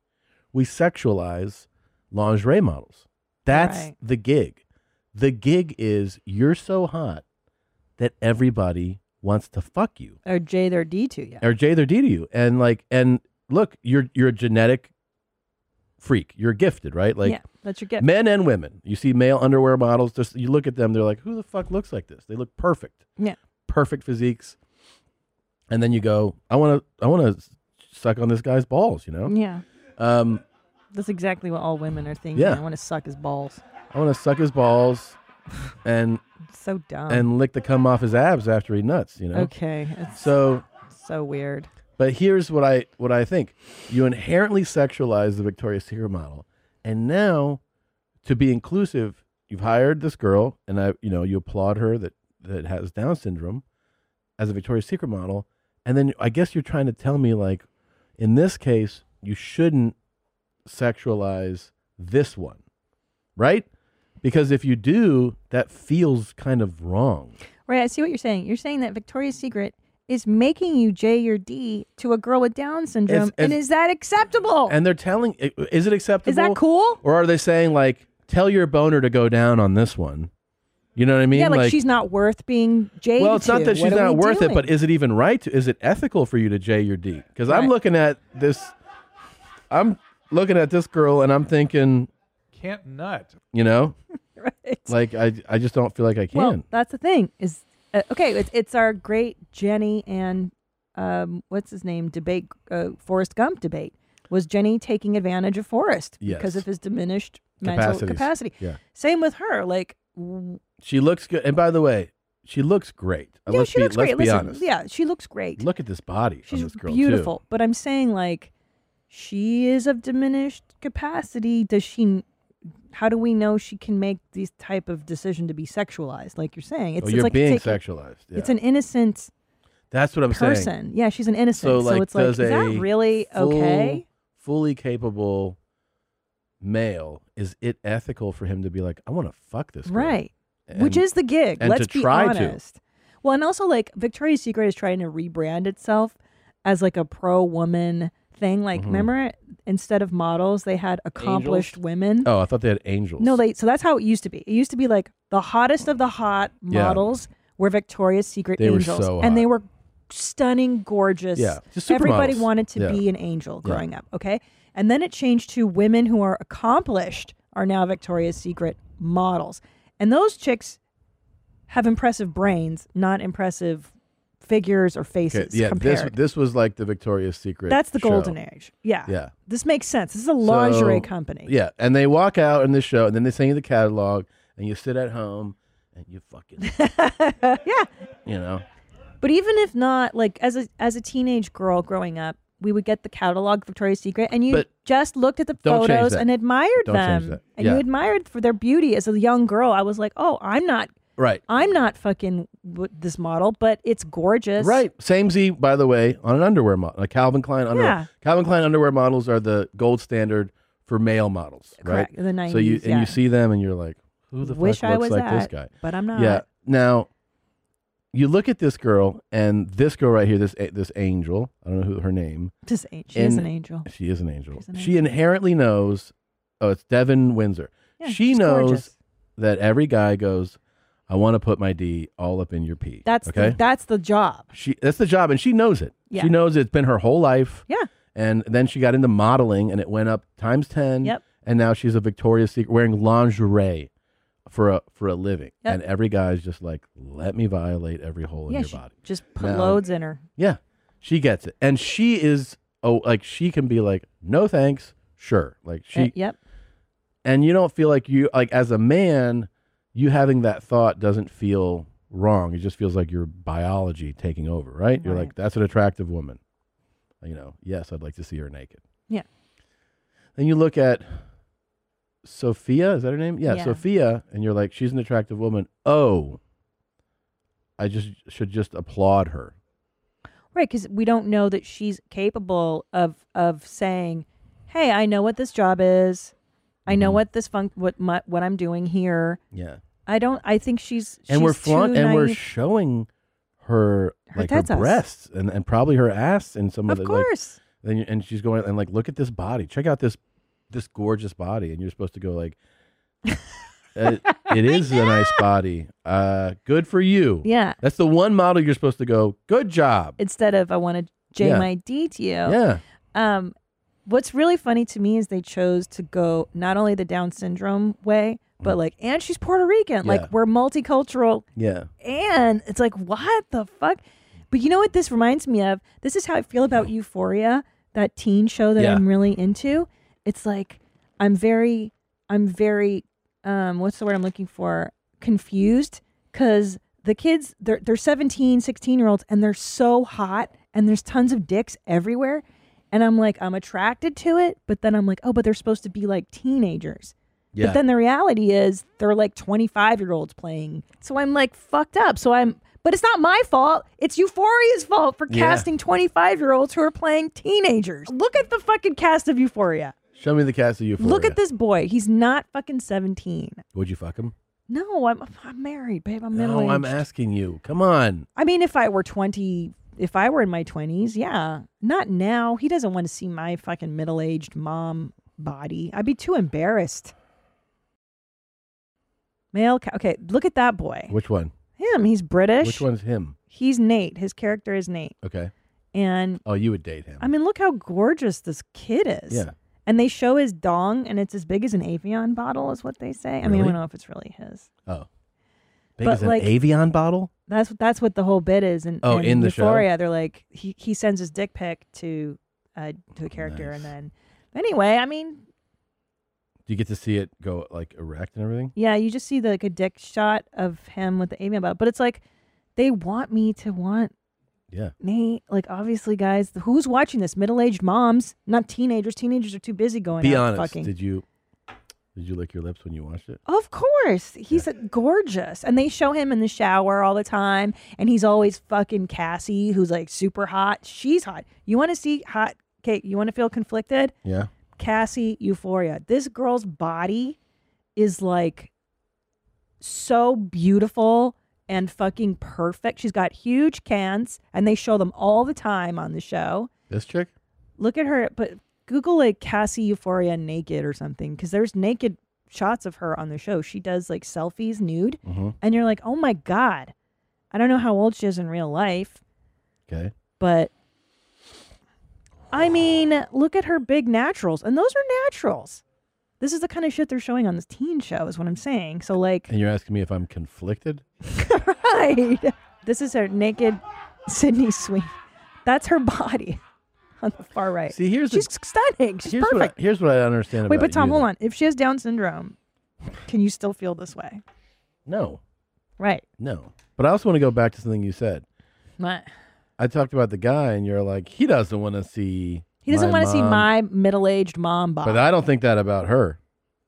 Speaker 1: we sexualize lingerie models. That's
Speaker 13: Right.
Speaker 1: the gig. The gig is you're so hot that everybody wants to fuck you
Speaker 2: Or J, their D two. Yeah.
Speaker 1: or J their D to you. And like, and look, you're you're a genetic freak. You're gifted, right? Like,
Speaker 2: Yeah, that's your gift.
Speaker 1: Men and women. You see male underwear models. Just you look at them, they're like, who the fuck looks like this? They look perfect,
Speaker 2: Yeah.
Speaker 1: perfect physiques. And then you go, I want to, I want to suck on this guy's balls. You know?
Speaker 2: Yeah.
Speaker 1: Um,
Speaker 2: That's exactly what all women are thinking.
Speaker 1: Yeah.
Speaker 2: I want to suck his balls.
Speaker 1: I want to suck his balls, and
Speaker 2: So dumb.
Speaker 1: and lick the cum off his abs after he nuts. You know?
Speaker 2: Okay, it's-
Speaker 1: So
Speaker 2: So weird.
Speaker 1: But here's what I what I think. You inherently sexualize the Victoria's Secret model, and now to be inclusive, you've hired this girl, and I you know you applaud her that that has Down syndrome as a Victoria's Secret model, and then I guess you're trying to tell me like, in this case, you shouldn't sexualize this one, right? Because if you do, that feels kind of wrong.
Speaker 2: Right, I see what you're saying. You're saying that Victoria's Secret is making you J or D to a girl with Down syndrome,
Speaker 1: It's-
Speaker 2: and
Speaker 1: it's-
Speaker 2: is that acceptable?
Speaker 1: And they're telling, i- is it acceptable?
Speaker 2: Oh. Is that cool?
Speaker 1: Or are they saying like, tell your boner to go down on this one? You know what I mean?
Speaker 2: yeah, like, she's not worth being J.
Speaker 1: Well, it's
Speaker 2: to.
Speaker 1: not that she's
Speaker 2: What are
Speaker 1: not
Speaker 2: we
Speaker 1: worth it, but
Speaker 2: doing?
Speaker 1: is it even right? To, is it ethical for you to J your D? Because I'm
Speaker 2: Right.
Speaker 1: looking at this, I'm looking at this girl, and I'm thinking,
Speaker 8: Can't nut.
Speaker 1: you know, like I, I just don't feel like I can.
Speaker 2: well, that's the thing. Is uh, okay. It's, it's our great Jenny and um, what's his name debate, uh, Forrest Gump debate. Was Jenny taking advantage of Forrest
Speaker 1: Yes.
Speaker 2: because of his diminished mental
Speaker 1: Capacities.
Speaker 2: capacity?
Speaker 1: Yeah.
Speaker 2: Same with her. Like, w-
Speaker 1: she looks good, and by the way, she looks great. Uh,
Speaker 2: yeah,
Speaker 1: let's
Speaker 2: she
Speaker 1: be,
Speaker 2: looks
Speaker 1: let's
Speaker 2: great.
Speaker 1: Be
Speaker 2: Listen,
Speaker 1: honest.
Speaker 2: yeah, she looks great.
Speaker 1: Look at this body on this girl. too.
Speaker 2: beautiful. But I'm saying like she is of diminished capacity. Does she? How do we know she can make these type of decision to be sexualized? Like you're saying, it's,
Speaker 1: Oh,
Speaker 2: it's
Speaker 1: you're
Speaker 2: like
Speaker 1: being
Speaker 2: taking-
Speaker 1: sexualized,
Speaker 2: It's
Speaker 1: yeah.
Speaker 2: an innocent
Speaker 1: That's what I'm
Speaker 2: person.
Speaker 1: saying.
Speaker 2: Yeah, she's an innocent. So, it's like,
Speaker 1: does
Speaker 2: is that
Speaker 1: a
Speaker 2: really
Speaker 1: full-
Speaker 2: okay?
Speaker 1: Fully capable male, is it ethical for him to be like, I want to fuck this girl?
Speaker 2: Right. Which
Speaker 1: And-
Speaker 2: is the gig.
Speaker 1: and
Speaker 2: Let's
Speaker 1: to try
Speaker 2: be honest. Well, and also like Victoria's Secret is trying to rebrand itself as like a pro woman thing. Like,
Speaker 1: Mhm.
Speaker 2: remember instead of models, they had accomplished women.
Speaker 1: to. Oh, I thought they had angels.
Speaker 2: No, they so that's how it used to be. It used to be like the hottest of the hot
Speaker 1: Yeah.
Speaker 2: models were Victoria's Secret
Speaker 1: They were
Speaker 2: angels,
Speaker 1: so
Speaker 2: and they were stunning, gorgeous.
Speaker 1: Yeah, just
Speaker 2: everybody
Speaker 1: supermodels.
Speaker 2: wanted to
Speaker 1: Yeah.
Speaker 2: be an angel
Speaker 1: Yeah.
Speaker 2: growing up. Okay, and then it changed to women who are accomplished are now Victoria's Secret models, and those chicks have impressive brains, not impressive figures or faces.
Speaker 1: yeah,
Speaker 2: compared.
Speaker 1: this this was like the Victoria's Secret.
Speaker 2: That's the
Speaker 1: show.
Speaker 2: golden age. Yeah.
Speaker 1: Yeah.
Speaker 2: This makes sense. This is a lingerie
Speaker 1: So-
Speaker 2: company.
Speaker 1: Yeah, and they walk out in the show, and then they send you the catalog, and you sit at home and you fucking
Speaker 2: yeah.
Speaker 1: you know.
Speaker 2: But even if not, like as a as a teenage girl growing up, we would get the catalog Victoria's Secret, and you
Speaker 1: But
Speaker 2: just looked at the
Speaker 1: don't change
Speaker 2: photos
Speaker 1: that.
Speaker 2: and admired
Speaker 1: Don't
Speaker 2: them,
Speaker 1: change that.
Speaker 2: and
Speaker 1: Yeah.
Speaker 2: you admired for their beauty. As a young girl, I was like, oh, I'm not.
Speaker 1: Right.
Speaker 2: I'm not fucking w- this model, but it's gorgeous.
Speaker 1: Right. Same Z, by the way, on an underwear model, a Calvin Klein underwear.
Speaker 2: Yeah.
Speaker 1: Calvin Klein underwear models are the gold standard for male models, right?
Speaker 2: Correct, the
Speaker 1: So you
Speaker 2: 90s,
Speaker 1: and
Speaker 2: yeah.
Speaker 1: you see them and you're like, who the
Speaker 2: Wish
Speaker 1: fuck
Speaker 2: I
Speaker 1: looks
Speaker 2: was
Speaker 1: like this
Speaker 2: that,
Speaker 1: guy?
Speaker 2: but I'm
Speaker 1: Yeah.
Speaker 2: not.
Speaker 1: Now, you look at this girl and this girl right here, this a- this angel. I don't know who her name.
Speaker 2: This an- she is
Speaker 1: and-
Speaker 2: an angel.
Speaker 1: She is an angel.
Speaker 2: She's an
Speaker 1: She inherently knows. Oh, it's Devin Windsor.
Speaker 2: Yeah,
Speaker 1: she
Speaker 2: she's
Speaker 1: knows
Speaker 2: gorgeous.
Speaker 1: that every guy goes, I want to put my D all up in your P.
Speaker 2: That's
Speaker 1: okay.
Speaker 2: the, that's the job.
Speaker 1: She that's the job, and she knows it.
Speaker 2: Yeah.
Speaker 1: She knows it's been her whole life.
Speaker 2: Yeah.
Speaker 1: And then she got into modeling, and it went up times ten.
Speaker 2: Yep.
Speaker 1: And now she's a Victoria's Secret wearing lingerie for a for a living,
Speaker 2: Yep.
Speaker 1: and every guy's just like, "Let me violate every hole in
Speaker 2: yeah,
Speaker 1: your
Speaker 2: she
Speaker 1: body."
Speaker 2: just put
Speaker 1: Now-
Speaker 2: loads in her.
Speaker 1: Yeah, she gets it, and she is oh, like she can be like, "No thanks, sure." Like she.
Speaker 2: Uh, yep.
Speaker 1: And you don't feel like you like as a man, you having that thought doesn't feel wrong. It just feels like your biology taking over, right? You're like, "That's an attractive woman." You know, yes, I'd like to see her naked.
Speaker 2: Yeah.
Speaker 1: Then you look at Sophia, is that her name? Yeah,
Speaker 2: Yeah.
Speaker 1: Sophia, and you're like, she's an attractive woman. Oh, I just should just applaud her.
Speaker 2: Right, because we don't know that she's capable of of saying, "Hey, I know what this job is. I know what this fun what my, what I'm doing here."
Speaker 1: Mm-hmm. Yeah.
Speaker 2: I don't. I think she's
Speaker 1: and we're
Speaker 2: she's too
Speaker 1: flaunt and we're
Speaker 2: naive.
Speaker 1: showing her, like her
Speaker 2: tetas.
Speaker 1: breasts and, and probably her ass and some of,
Speaker 2: Of
Speaker 1: the
Speaker 2: course.
Speaker 1: like and, you- and she's going and like look at this body check out this this gorgeous body and you're supposed to go like "Uh, it is a nice body uh good for you
Speaker 2: Yeah.
Speaker 1: that's the one model you're supposed to go good job
Speaker 2: instead of I want to J
Speaker 1: Yeah.
Speaker 2: my D to you.
Speaker 1: Yeah.
Speaker 2: Um, what's really funny to me is they chose to go not only the Down syndrome way, but like, and she's Puerto Rican.
Speaker 1: Mm. Yeah.
Speaker 2: Like we're multicultural.
Speaker 1: yeah
Speaker 2: and it's like what the fuck but you know what this reminds me of this is how i feel about euphoria that teen show that
Speaker 13: Yeah.
Speaker 2: i'm really into it's like i'm very i'm very um what's the word i'm looking for confused because the kids they're, they're 17 16 year olds and they're so hot and there's tons of dicks everywhere and i'm like i'm attracted to it but then i'm like oh but they're supposed to be like teenagers
Speaker 13: Yeah.
Speaker 2: but then the reality is they're like 25 year olds playing. So I'm like fucked up. So I'm, but it's not my fault. It's Euphoria's fault for
Speaker 1: Yeah.
Speaker 2: casting 25 year olds who are playing teenagers. Look at the fucking cast of Euphoria.
Speaker 1: show me the cast of euphoria
Speaker 2: Look at this boy. He's not fucking 17.
Speaker 1: would you fuck him
Speaker 2: No, I'm, I'm married, babe. I'm middle
Speaker 1: no
Speaker 2: aged.
Speaker 1: i'm asking you come on
Speaker 2: I mean, if I were 20, if I were in my 20s, yeah. Not now. He doesn't want to see my fucking middle aged mom body. I'd be too embarrassed. Male. Ca- okay, look at that boy.
Speaker 1: which one
Speaker 2: Him. He's British.
Speaker 1: which one's him
Speaker 2: He's Nate. His character is Nate.
Speaker 1: okay
Speaker 2: And
Speaker 1: oh you would date him
Speaker 2: I mean, look how gorgeous this kid is.
Speaker 1: Yeah.
Speaker 2: And they show his dong, and it's as big as an Avion bottle, is what they say. I mean, I
Speaker 1: Really?
Speaker 2: don't know if it's really his.
Speaker 1: oh big
Speaker 2: But,
Speaker 1: as an
Speaker 2: like-
Speaker 1: avion bottle
Speaker 2: That's that's what the whole bit is. And
Speaker 1: Oh,
Speaker 2: and
Speaker 1: in the show?
Speaker 2: Euphoria, they're like he he sends his dick pic to uh to a character, and then anyway, I mean,
Speaker 1: do you get to see it go like erect and everything
Speaker 2: yeah, you just see the, like a dick shot of him with the avian bottle, but it's like they want me to want
Speaker 1: yeah
Speaker 2: Nate. Like obviously, guys, who's watching this? Middle aged moms, not teenagers. Teenagers are too busy going
Speaker 1: Be
Speaker 2: out
Speaker 1: honest.
Speaker 2: fucking. Oh.
Speaker 1: Did you did you lick your lips when you watched it?
Speaker 2: Of course. He's uh, gorgeous. And they show him in the shower all the time. And he's always fucking Cassie, who's like super hot. She's hot. You want to see hot? Okay. You want to feel conflicted?
Speaker 1: Yeah.
Speaker 2: Cassie Euphoria. This girl's body is like so beautiful and fucking perfect. She's got huge cans, and they show them all the time on the show.
Speaker 1: This chick?
Speaker 2: Look at her, but Google like Cassie Euphoria naked or something because there's naked shots of her on the show. She does like selfies nude,
Speaker 1: Mhm.
Speaker 2: and you're like, oh my god, I don't know how old she is in real life,
Speaker 1: Okay.
Speaker 2: but I mean, look at her big naturals, and those are naturals. This is the kind of shit they're showing on this teen show, is what I'm saying. So, like,
Speaker 1: And you're asking me if I'm conflicted?
Speaker 2: right. This is her naked Sydney Sweeney. That's her body on the far right.
Speaker 1: See, here's the-
Speaker 2: she's stunning. She's
Speaker 1: Here's what, I,
Speaker 2: perfect.
Speaker 1: here's what I understand
Speaker 2: Wait,
Speaker 1: about
Speaker 2: but Tom,
Speaker 1: you.
Speaker 2: hold on. If she has Down syndrome, can you still feel this way?
Speaker 1: No,
Speaker 2: Right.
Speaker 1: no. But I also want to go back to something you said.
Speaker 2: What?
Speaker 1: I talked about the guy, and you're like, he doesn't want to see.
Speaker 2: He doesn't
Speaker 1: want to
Speaker 2: see my middle-aged mom bod.
Speaker 1: But I don't think that about her.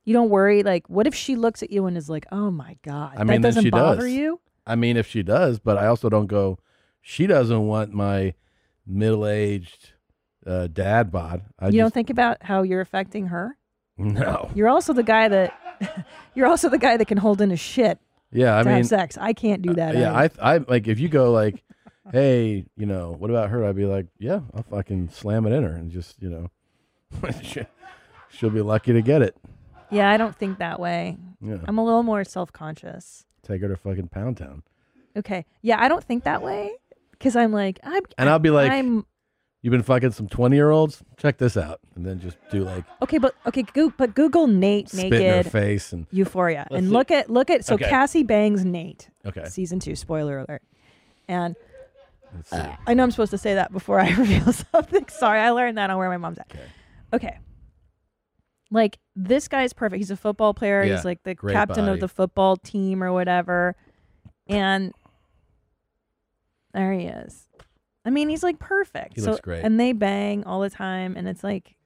Speaker 2: you don't worry. Like, what if she looks at you and is like, "Oh my god,
Speaker 1: I mean,
Speaker 2: that
Speaker 1: then
Speaker 2: doesn't
Speaker 1: she
Speaker 2: bother
Speaker 1: does.
Speaker 2: you"?
Speaker 1: I mean, if she does, but I also don't go. She doesn't want my middle-aged uh, dad bod. I
Speaker 2: you don't
Speaker 1: just
Speaker 2: think about how you're affecting her.
Speaker 1: no.
Speaker 2: You're also the guy that you're also the guy that can hold in a shit
Speaker 1: Yeah, I
Speaker 2: to
Speaker 1: mean, uh,
Speaker 2: have sex. I can't do that.
Speaker 1: yeah.
Speaker 2: either.
Speaker 1: I, I like if you go like, hey, you know, what about her? I'd be like, yeah, I'll fucking slam it in her and just, you know, she- she'll be lucky to get it.
Speaker 2: yeah. I don't think that way.
Speaker 1: Yeah.
Speaker 2: I'm a little more self-conscious.
Speaker 1: Take her to fucking Pound Town,
Speaker 2: Okay. Yeah, I don't think that way because I'm like I'm.
Speaker 1: and I'll be like,
Speaker 2: I'm
Speaker 1: you've been fucking some twenty-year-olds. Check this out, and then just do like
Speaker 2: Okay, but okay, go, but Google Nate
Speaker 1: Spit in her
Speaker 2: naked
Speaker 1: face and-
Speaker 2: Euphoria,
Speaker 1: Let's
Speaker 2: and
Speaker 1: see.
Speaker 2: look at look at so
Speaker 1: Okay.
Speaker 2: Cassie bangs Nate.
Speaker 1: Okay.
Speaker 2: season two. Spoiler alert. And
Speaker 1: Let's see.
Speaker 2: I know I'm supposed to say that before I reveal something. Sorry, I learned that on where my mom's at. Okay. Like this guy's perfect. He's a football player.
Speaker 15: Yeah,
Speaker 2: He's like the
Speaker 15: great
Speaker 2: captain
Speaker 15: body.
Speaker 2: of the football team or whatever, and there he is. I mean, he's like perfect.
Speaker 15: He
Speaker 2: so,
Speaker 15: looks great.
Speaker 2: And they bang all the time, and it's like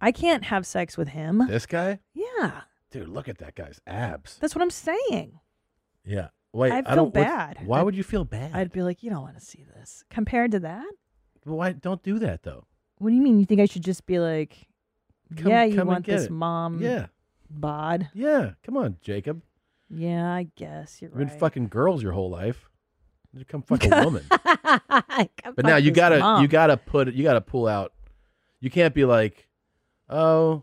Speaker 2: I can't have sex with him.
Speaker 1: this guy,
Speaker 2: Yeah,
Speaker 1: dude, look at that guy's abs.
Speaker 2: that's what I'm saying.
Speaker 1: Yeah. Wait,
Speaker 2: I
Speaker 1: I,
Speaker 2: feel
Speaker 1: don't. what's-
Speaker 2: bad.
Speaker 1: Why
Speaker 2: I-
Speaker 1: would you feel bad?
Speaker 2: I'd be like, you don't want to see this compared to that.
Speaker 1: Why don't do that though?
Speaker 2: What do you mean? You think I should just be like,
Speaker 1: Come-
Speaker 2: yeah, you
Speaker 1: come and
Speaker 2: want
Speaker 1: get
Speaker 2: this
Speaker 1: it."
Speaker 2: mom
Speaker 1: Yeah.
Speaker 2: bod?
Speaker 1: Yeah, come on, Jacob.
Speaker 2: Yeah, I guess you're
Speaker 1: You've been
Speaker 2: right.
Speaker 1: fucking girls your whole life. You come fuck a woman. but now
Speaker 2: fuck
Speaker 1: you
Speaker 2: this
Speaker 1: gotta
Speaker 2: mom.
Speaker 1: you gotta put you gotta pull out. You can't be like, oh,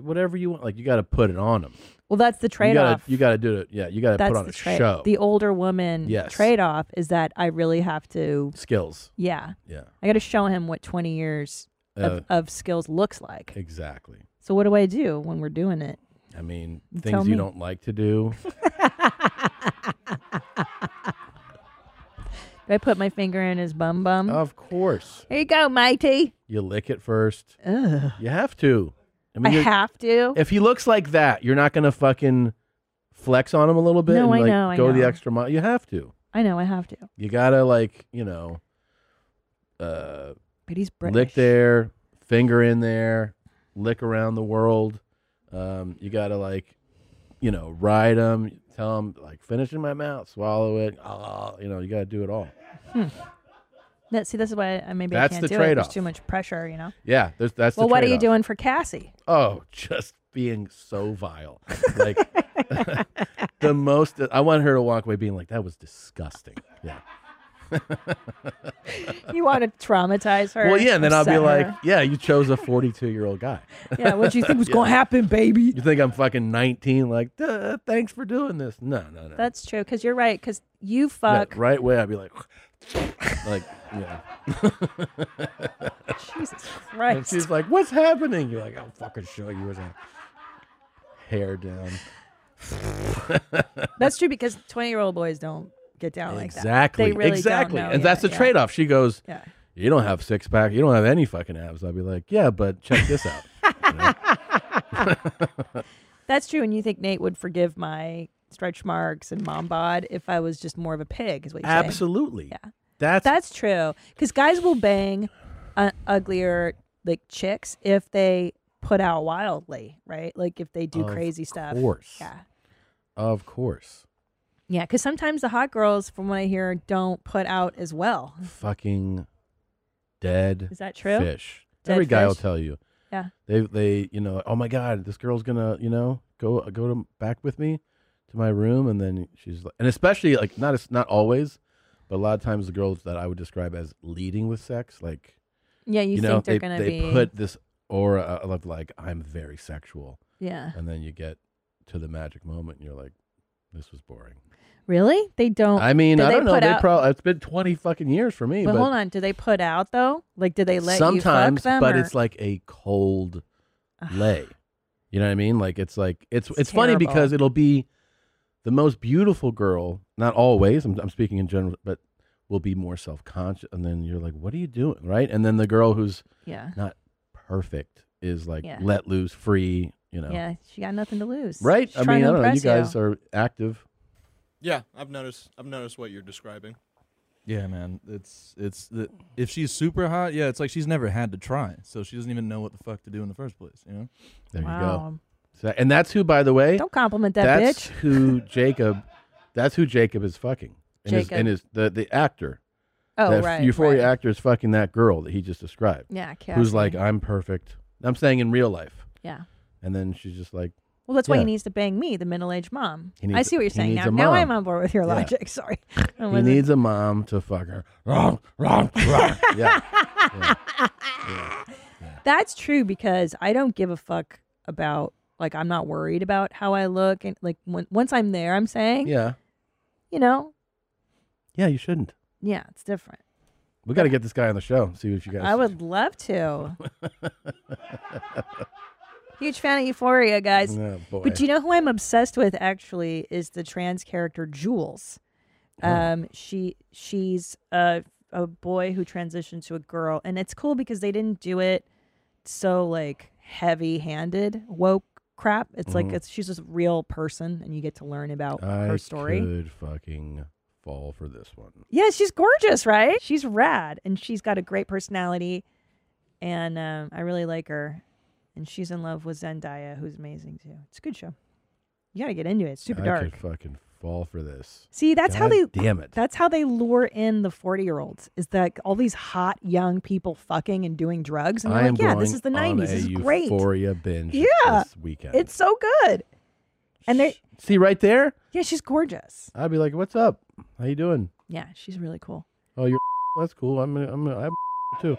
Speaker 1: whatever you want. Like you gotta put it on them.
Speaker 2: Well, that's the
Speaker 1: You gotta,
Speaker 2: trade-off.
Speaker 1: you gotta do it. Yeah, you gotta
Speaker 2: That's
Speaker 1: put on
Speaker 2: the
Speaker 1: a
Speaker 2: trade.
Speaker 1: show.
Speaker 2: The older woman
Speaker 1: Yes.
Speaker 2: trade-off is that I really have to
Speaker 1: Skills.
Speaker 2: Yeah,
Speaker 1: Yeah.
Speaker 2: I got to show him what twenty years
Speaker 1: Uh,
Speaker 2: of, of skills looks like.
Speaker 1: Exactly.
Speaker 2: So what do I do when we're doing it?
Speaker 1: I mean,
Speaker 2: You
Speaker 1: things
Speaker 2: tell
Speaker 1: you
Speaker 2: me.
Speaker 1: don't like to do.
Speaker 2: Do I put my finger in his bum bum?
Speaker 1: Of course.
Speaker 2: Here you go, matey.
Speaker 1: You lick it first.
Speaker 2: Ugh.
Speaker 1: You have to.
Speaker 2: I
Speaker 1: you're-
Speaker 2: have to.
Speaker 1: If he looks like that, you're not gonna fucking flex on him a little bit
Speaker 2: No,
Speaker 1: and
Speaker 2: I
Speaker 1: like
Speaker 2: know, I
Speaker 1: go the
Speaker 2: know.
Speaker 1: extra mile. You have to.
Speaker 2: I know I have to.
Speaker 1: You gotta like, you know, uh
Speaker 2: But he's
Speaker 1: lick
Speaker 2: British.
Speaker 1: there, finger in there, lick around the world. Um, you gotta like, you know, ride him, tell him like finish in my mouth, swallow it. Ah, you know, you gotta do it all.
Speaker 2: That see, this is why I maybe
Speaker 1: That's
Speaker 2: I can't
Speaker 1: the
Speaker 2: do it. There's
Speaker 1: trade-off.
Speaker 2: too much pressure, you know.
Speaker 1: Yeah, there's that's
Speaker 2: well,
Speaker 1: the
Speaker 2: what are you
Speaker 1: trade-off.
Speaker 2: doing for Cassie?
Speaker 1: Oh, just being so vile. Like the most I want her to walk away being like, that was disgusting. Yeah.
Speaker 2: You want to traumatize her?
Speaker 1: Well, yeah, and then I'll be
Speaker 2: upset
Speaker 1: like,
Speaker 2: her.
Speaker 1: yeah, you chose a 42 year old guy.
Speaker 2: Yeah, what you think was gonna happen, baby? You
Speaker 1: think I'm fucking 19? Like, "Duh, thanks for doing this. No, no, no.
Speaker 2: that's true because you're right because you
Speaker 1: No,
Speaker 2: fuck.
Speaker 1: right way, I'd be like, like, yeah.
Speaker 2: Jesus
Speaker 1: And
Speaker 2: Christ.
Speaker 1: she's like, what's happening? You're like, I'll fucking show you. With hair down.
Speaker 2: That's true because twenty year old boys don't get down like that.
Speaker 1: Exactly.
Speaker 2: They really don't
Speaker 1: exactly.
Speaker 2: know.
Speaker 1: and
Speaker 2: Yeah,
Speaker 1: that's the
Speaker 2: yeah.
Speaker 1: trade off. She goes,
Speaker 2: Yeah.
Speaker 1: You don't have six pack. You don't have any fucking abs. I'd be like, Yeah, but check this out. You know?
Speaker 2: That's true. And you think Nate would forgive my stretch marks and mom bod if I was just more of a pig? Is what you're saying?
Speaker 1: Absolutely. Yeah. That's
Speaker 2: That's true. Because guys will bang uh, uglier like chicks if they put out wildly, right? Like if they do
Speaker 1: Of
Speaker 2: crazy stuff.
Speaker 1: course.
Speaker 2: Yeah.
Speaker 1: Of course.
Speaker 2: Yeah. Because sometimes the hot girls, from what I hear, don't put out as well.
Speaker 1: Fucking dead.
Speaker 2: Is that true?
Speaker 1: Fish.
Speaker 2: Dead
Speaker 1: Every guy will
Speaker 2: fish?
Speaker 1: tell you.
Speaker 2: Yeah.
Speaker 1: They they you know oh my god this girl's gonna you know go go to back with me to my room and then she's like and especially like not as- not always but a lot of times the girls that I would describe as leading with sex like
Speaker 2: Yeah, you
Speaker 1: know
Speaker 2: think they're
Speaker 1: they
Speaker 2: gonna
Speaker 1: they
Speaker 2: be-
Speaker 1: put this aura of like I'm very sexual
Speaker 2: Yeah.
Speaker 1: and then you get to the magic moment and you're like This was boring.
Speaker 2: Really? They don't.
Speaker 1: I mean,
Speaker 2: do
Speaker 1: I don't know.
Speaker 2: put
Speaker 1: They
Speaker 2: out-
Speaker 1: probably it's been twenty fucking years for me.
Speaker 2: but,
Speaker 1: But,
Speaker 2: hold on. Do they put out though? Like, do they let
Speaker 1: sometimes,
Speaker 2: you fuck them?
Speaker 1: but
Speaker 2: or-
Speaker 1: it's like a cold lay. You know what I mean? Like it's like it's it's, funny
Speaker 2: terrible.
Speaker 1: because it'll be the most beautiful girl. Not always. I'm, I'm speaking in general, but will be more self conscious, and then you're like, "What are you doing?" Right? And then the girl who's
Speaker 2: Yeah.
Speaker 1: not perfect is like
Speaker 2: Yeah.
Speaker 1: let loose, free. You know,
Speaker 2: yeah, she got nothing to lose,
Speaker 1: right?
Speaker 2: She's
Speaker 1: I
Speaker 2: trying
Speaker 1: mean,
Speaker 2: to
Speaker 1: I don't know. You
Speaker 2: impress
Speaker 1: guys are active.
Speaker 6: Yeah, I've noticed. I've noticed what you're describing.
Speaker 8: Yeah, man. It's it's the, if she's super hot, yeah, it's like she's never had to try, so she doesn't even know what the fuck to do in the first place. You know?
Speaker 1: There
Speaker 2: Wow.
Speaker 1: you go. Um, So, and that's who, by the way,
Speaker 2: Oh. Don't compliment that
Speaker 1: that's
Speaker 2: bitch.
Speaker 1: Who Jacob? That's who Jacob is fucking. And Is,
Speaker 2: Jacob.
Speaker 1: and is the the actor.
Speaker 2: Oh,
Speaker 1: that
Speaker 2: right,
Speaker 1: Euphoria actor is fucking that girl that he just described.
Speaker 2: Yeah,
Speaker 1: Who's
Speaker 2: Cassidy.
Speaker 1: like, I'm perfect. I'm saying in real life.
Speaker 2: Yeah.
Speaker 1: And then she's just like,
Speaker 2: Well, that's why
Speaker 1: yeah.
Speaker 2: he needs to bang me, the middle-aged mom.
Speaker 1: He
Speaker 2: I
Speaker 1: needs-
Speaker 2: see what
Speaker 1: he
Speaker 2: you're saying
Speaker 1: needs
Speaker 2: now.
Speaker 1: a
Speaker 2: Now
Speaker 1: mom.
Speaker 2: I'm on board with your
Speaker 1: Yeah.
Speaker 2: logic. Sorry. I
Speaker 1: He
Speaker 2: wasn't-
Speaker 1: needs a mom to fuck her. Wrong, wrong, wrong. Yeah.
Speaker 2: That's true because I don't give a fuck about like I'm not worried about how I look and like when, once I'm there, I'm saying,
Speaker 1: Yeah.
Speaker 2: you know,
Speaker 1: Yeah, you shouldn't.
Speaker 2: yeah, it's different.
Speaker 1: We got to get this guy on the show. See what you guys.
Speaker 2: I would love to. Huge fan of Euphoria, guys.
Speaker 1: Oh, boy.
Speaker 2: But you know who I'm obsessed with actually is the trans character Jules.
Speaker 1: Oh.
Speaker 2: Um, she she's a a boy who transitions to a girl, and it's cool because they didn't do it so like heavy handed woke crap. It's like
Speaker 1: Mhm.
Speaker 2: it's she's just a real person, and you get to learn about
Speaker 1: I
Speaker 2: her story.
Speaker 1: could fucking fall for this one.
Speaker 2: Yeah, she's gorgeous, right? She's rad, and she's got a great personality, and um, I really like her. And she's in love with Zendaya, who's amazing too. It's a good show. You gotta get into it. It's super
Speaker 1: I
Speaker 2: dark.
Speaker 1: could fucking fall for this.
Speaker 2: See, that's how they
Speaker 1: God Damn it.
Speaker 2: That's how they lure in the forty-year-olds. Is that all these hot young people fucking and doing drugs? And they're
Speaker 1: I am
Speaker 2: like, yeah,
Speaker 1: going
Speaker 2: this is the
Speaker 1: on
Speaker 2: nineties. This is
Speaker 1: a
Speaker 2: great.
Speaker 1: Euphoria binge.
Speaker 2: yeah,
Speaker 1: This weekend.
Speaker 2: it's so good. And they,
Speaker 1: See right there.
Speaker 2: yeah, she's gorgeous.
Speaker 1: I'd be like, "What's up? How you doing?
Speaker 2: Yeah, she's really cool.
Speaker 1: Oh, you're that's cool. I'm gonna- I'm gonna- I'm too."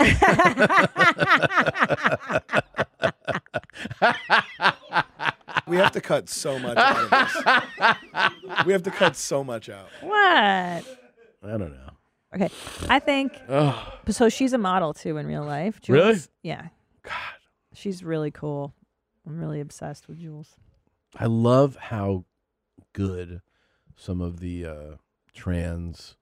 Speaker 6: We have to cut so much out of this. We have to cut so much out.
Speaker 2: What?
Speaker 1: I don't know.
Speaker 2: Okay, I think.
Speaker 1: Ugh.
Speaker 2: So she's a model too in real life. Jules.
Speaker 1: Really?
Speaker 2: Yeah. God. She's really cool. I'm really obsessed with Jules.
Speaker 1: I love how good some of the uh, trans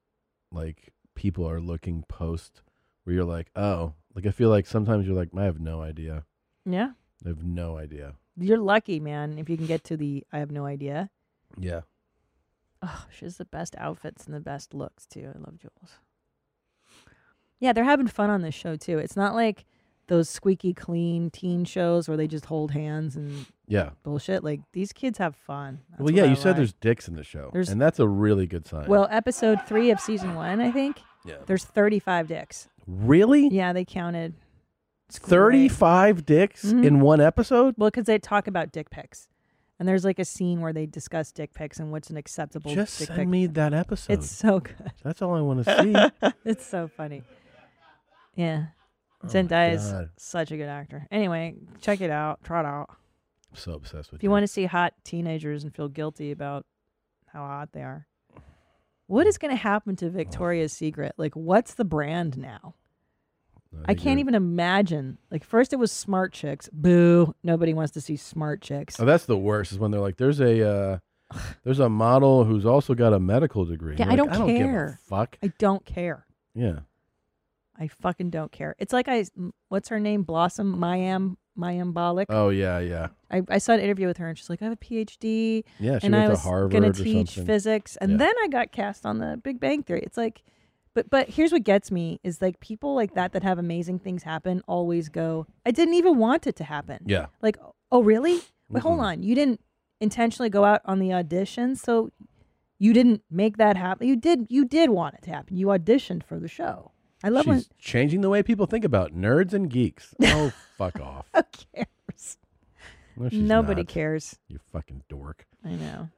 Speaker 1: like people are looking post where you're like, oh, like I feel like sometimes you're like, I have no idea.
Speaker 2: Yeah.
Speaker 1: I have no idea.
Speaker 2: You're lucky, man, if you can get to the I have no idea.
Speaker 1: Yeah.
Speaker 2: Oh, she has the best outfits and the best looks too. I love Jules. Yeah, they're having fun on this show too. It's not like those squeaky clean teen shows where they just hold hands and
Speaker 1: Yeah.
Speaker 2: bullshit. Like these kids have fun. That's
Speaker 1: well, yeah,
Speaker 2: what I
Speaker 1: you said
Speaker 2: like.
Speaker 1: there's dicks in the show,
Speaker 2: There's-
Speaker 1: and that's a really good sign.
Speaker 2: Well, episode three of season one, I think.
Speaker 1: Yeah.
Speaker 2: There's 35 dicks.
Speaker 1: Really?
Speaker 2: Yeah, they counted. It's great. Mm-hmm.
Speaker 1: 35 dicks in one episode?
Speaker 2: Well, because they talk about dick pics, and there's like a scene where they discuss dick pics and what's an acceptable.
Speaker 1: Just
Speaker 2: dick
Speaker 1: send
Speaker 2: pic.
Speaker 1: me that episode.
Speaker 2: It's so good.
Speaker 1: That's all I want to see.
Speaker 2: it's so funny. Yeah,
Speaker 1: Oh my
Speaker 2: Zendaya is
Speaker 1: God.
Speaker 2: such a good actor. Anyway, check it out. Try it out.
Speaker 1: I'm so obsessed with
Speaker 2: If you want to see hot teenagers and feel guilty about how hot they are, what
Speaker 1: Mm.
Speaker 2: is going to happen to Victoria's Secret? Like, what's the brand now? I,
Speaker 1: think
Speaker 2: can't even imagine. Like, first it was smart chicks. Boo. Nobody wants to see smart chicks.
Speaker 1: Oh, that's the worst. Is when they're like, "There's a, uh, there's a model who's also got a medical degree."
Speaker 2: Yeah,
Speaker 1: You're
Speaker 2: I
Speaker 1: like,
Speaker 2: don't
Speaker 1: I don't
Speaker 2: care.
Speaker 1: Give a fuck.
Speaker 2: I don't care.
Speaker 1: Yeah.
Speaker 2: I fucking don't care. It's like I, what's her name? Blossom Mayam Mayambolic.
Speaker 1: Oh yeah, yeah.
Speaker 2: I, I saw an interview with her and she's like, I have a PhD.
Speaker 1: Yeah, she
Speaker 2: and
Speaker 1: went
Speaker 2: I
Speaker 1: to
Speaker 2: was
Speaker 1: Harvard
Speaker 2: gonna
Speaker 1: or
Speaker 2: teach
Speaker 1: something.
Speaker 2: physics, and
Speaker 1: Yeah.
Speaker 2: then I got cast on the Big Bang Theory. It's like, but but here's what gets me is like people like that that have amazing things happen always go, I didn't even want it to happen.
Speaker 1: Yeah.
Speaker 2: Like, oh really? Wait, hold
Speaker 1: Mm-mm.
Speaker 2: on. You didn't intentionally go out on the audition, so you didn't make that happen. You did. You did want it to happen. You auditioned for the show. I love
Speaker 1: She's
Speaker 2: when
Speaker 1: changing the way people think about nerds and geeks. Oh, fuck off.
Speaker 2: who cares.
Speaker 1: No, she's
Speaker 2: Nobody
Speaker 1: not.
Speaker 2: cares.
Speaker 1: You fucking dork.
Speaker 2: I know.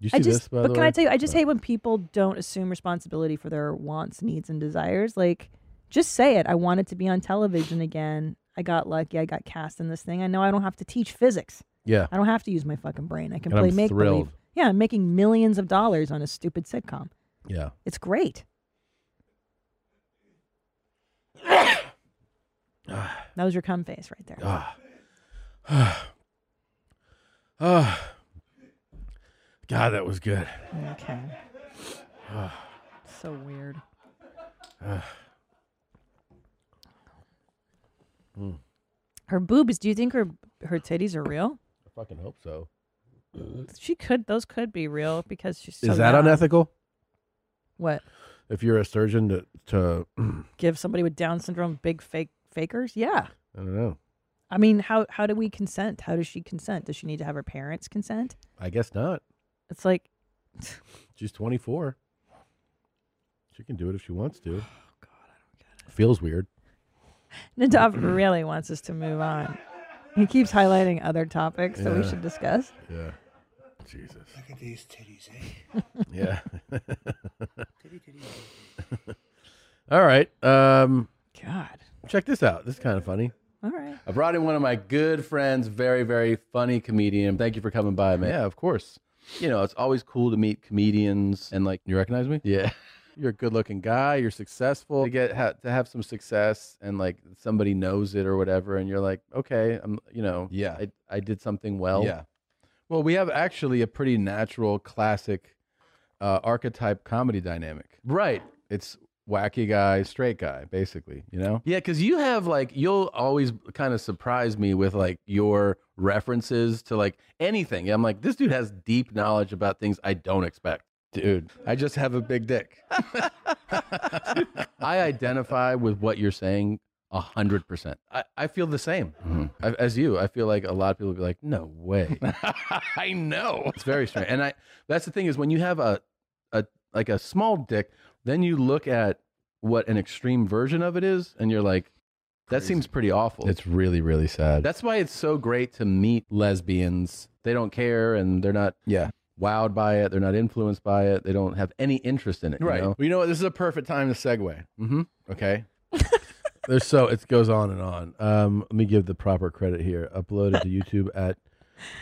Speaker 1: You see
Speaker 2: I just,
Speaker 1: this, by
Speaker 2: but
Speaker 1: the
Speaker 2: can
Speaker 1: way?
Speaker 2: I tell you, I just hate when people don't assume responsibility for their wants, needs, and desires. Like, just say it. I wanted to be on television again. I got lucky. I got cast in this thing. I know I don't have to teach physics.
Speaker 1: Yeah.
Speaker 2: I don't have to use my fucking brain. I can
Speaker 1: And I'm
Speaker 2: play make believe.
Speaker 1: thrilled.
Speaker 2: Yeah, I'm making millions of dollars on a stupid sitcom.
Speaker 1: Yeah.
Speaker 2: It's great. that was your cum face right there.
Speaker 1: Ah. Oh, God, that was good.
Speaker 2: Okay.
Speaker 1: Ah,
Speaker 2: So weird.
Speaker 1: ah. Mm,
Speaker 2: Her boobs, do you think her her titties are real?
Speaker 1: I fucking hope so.
Speaker 2: She could those could be real because she's so
Speaker 1: Is that
Speaker 2: young.
Speaker 1: unethical?
Speaker 2: What?
Speaker 1: If you're a surgeon to, to I
Speaker 2: Give somebody with Down syndrome big fake fakers? Yeah.
Speaker 1: don't know.
Speaker 2: I mean, how how do we consent? How does she consent? Does she need to have her parents consent?
Speaker 1: I guess not.
Speaker 2: It's like
Speaker 1: She's 24. She can do it if she wants to. God, I don't get it. Feels weird.
Speaker 2: Nadav really wants us to move on. He keeps highlighting other topics that we
Speaker 1: Yeah.
Speaker 2: should discuss.
Speaker 1: Yeah. Jesus. Look
Speaker 11: at these titties, eh?
Speaker 1: Yeah.
Speaker 11: Titty, titty,
Speaker 1: All right. Um,
Speaker 2: God.
Speaker 1: Check this out. This is kind of funny.
Speaker 2: All right.
Speaker 1: I brought in one of my good friends, very, very funny comedian. Thank you for coming by, man. Yeah, of course. You know, it's always cool to meet comedians and like you recognize me? Yeah. You're a good-looking guy. You're successful. To get ha- to have some success, and like somebody knows it or whatever, and you're like, okay, I'm, you know, yeah, I, I did something well.
Speaker 8: Yeah.
Speaker 1: Well, we have actually a pretty natural, classic uh, archetype comedy dynamic. Right. It's wacky guy, straight guy, basically, you know? Yeah, because you have like, you'll always kind of surprise me with like your references to like anything. I'm like, this dude has deep knowledge about things I don't expect. Dude, I just have a big dick. I identify with what you're saying a hundred percent. Mm-hmm. I, I feel the same I, as you. I feel like a lot of people be like, no way. I know. It's very strange. And I that's the thing is when you have a a like a small dick, then you look at what an extreme version of it is, and you're like, that seems pretty awful. It's really, really sad. That's why it's so great to meet lesbians. They don't care and they're not yeah. wowed by it. They're not influenced by it. They don't have any interest in it.
Speaker 8: Right.
Speaker 1: You know, you know what? This is a perfect time to segue. Mm-hmm. Okay. There's so it goes on and on. Um, let me give the proper credit here. Uploaded to YouTube at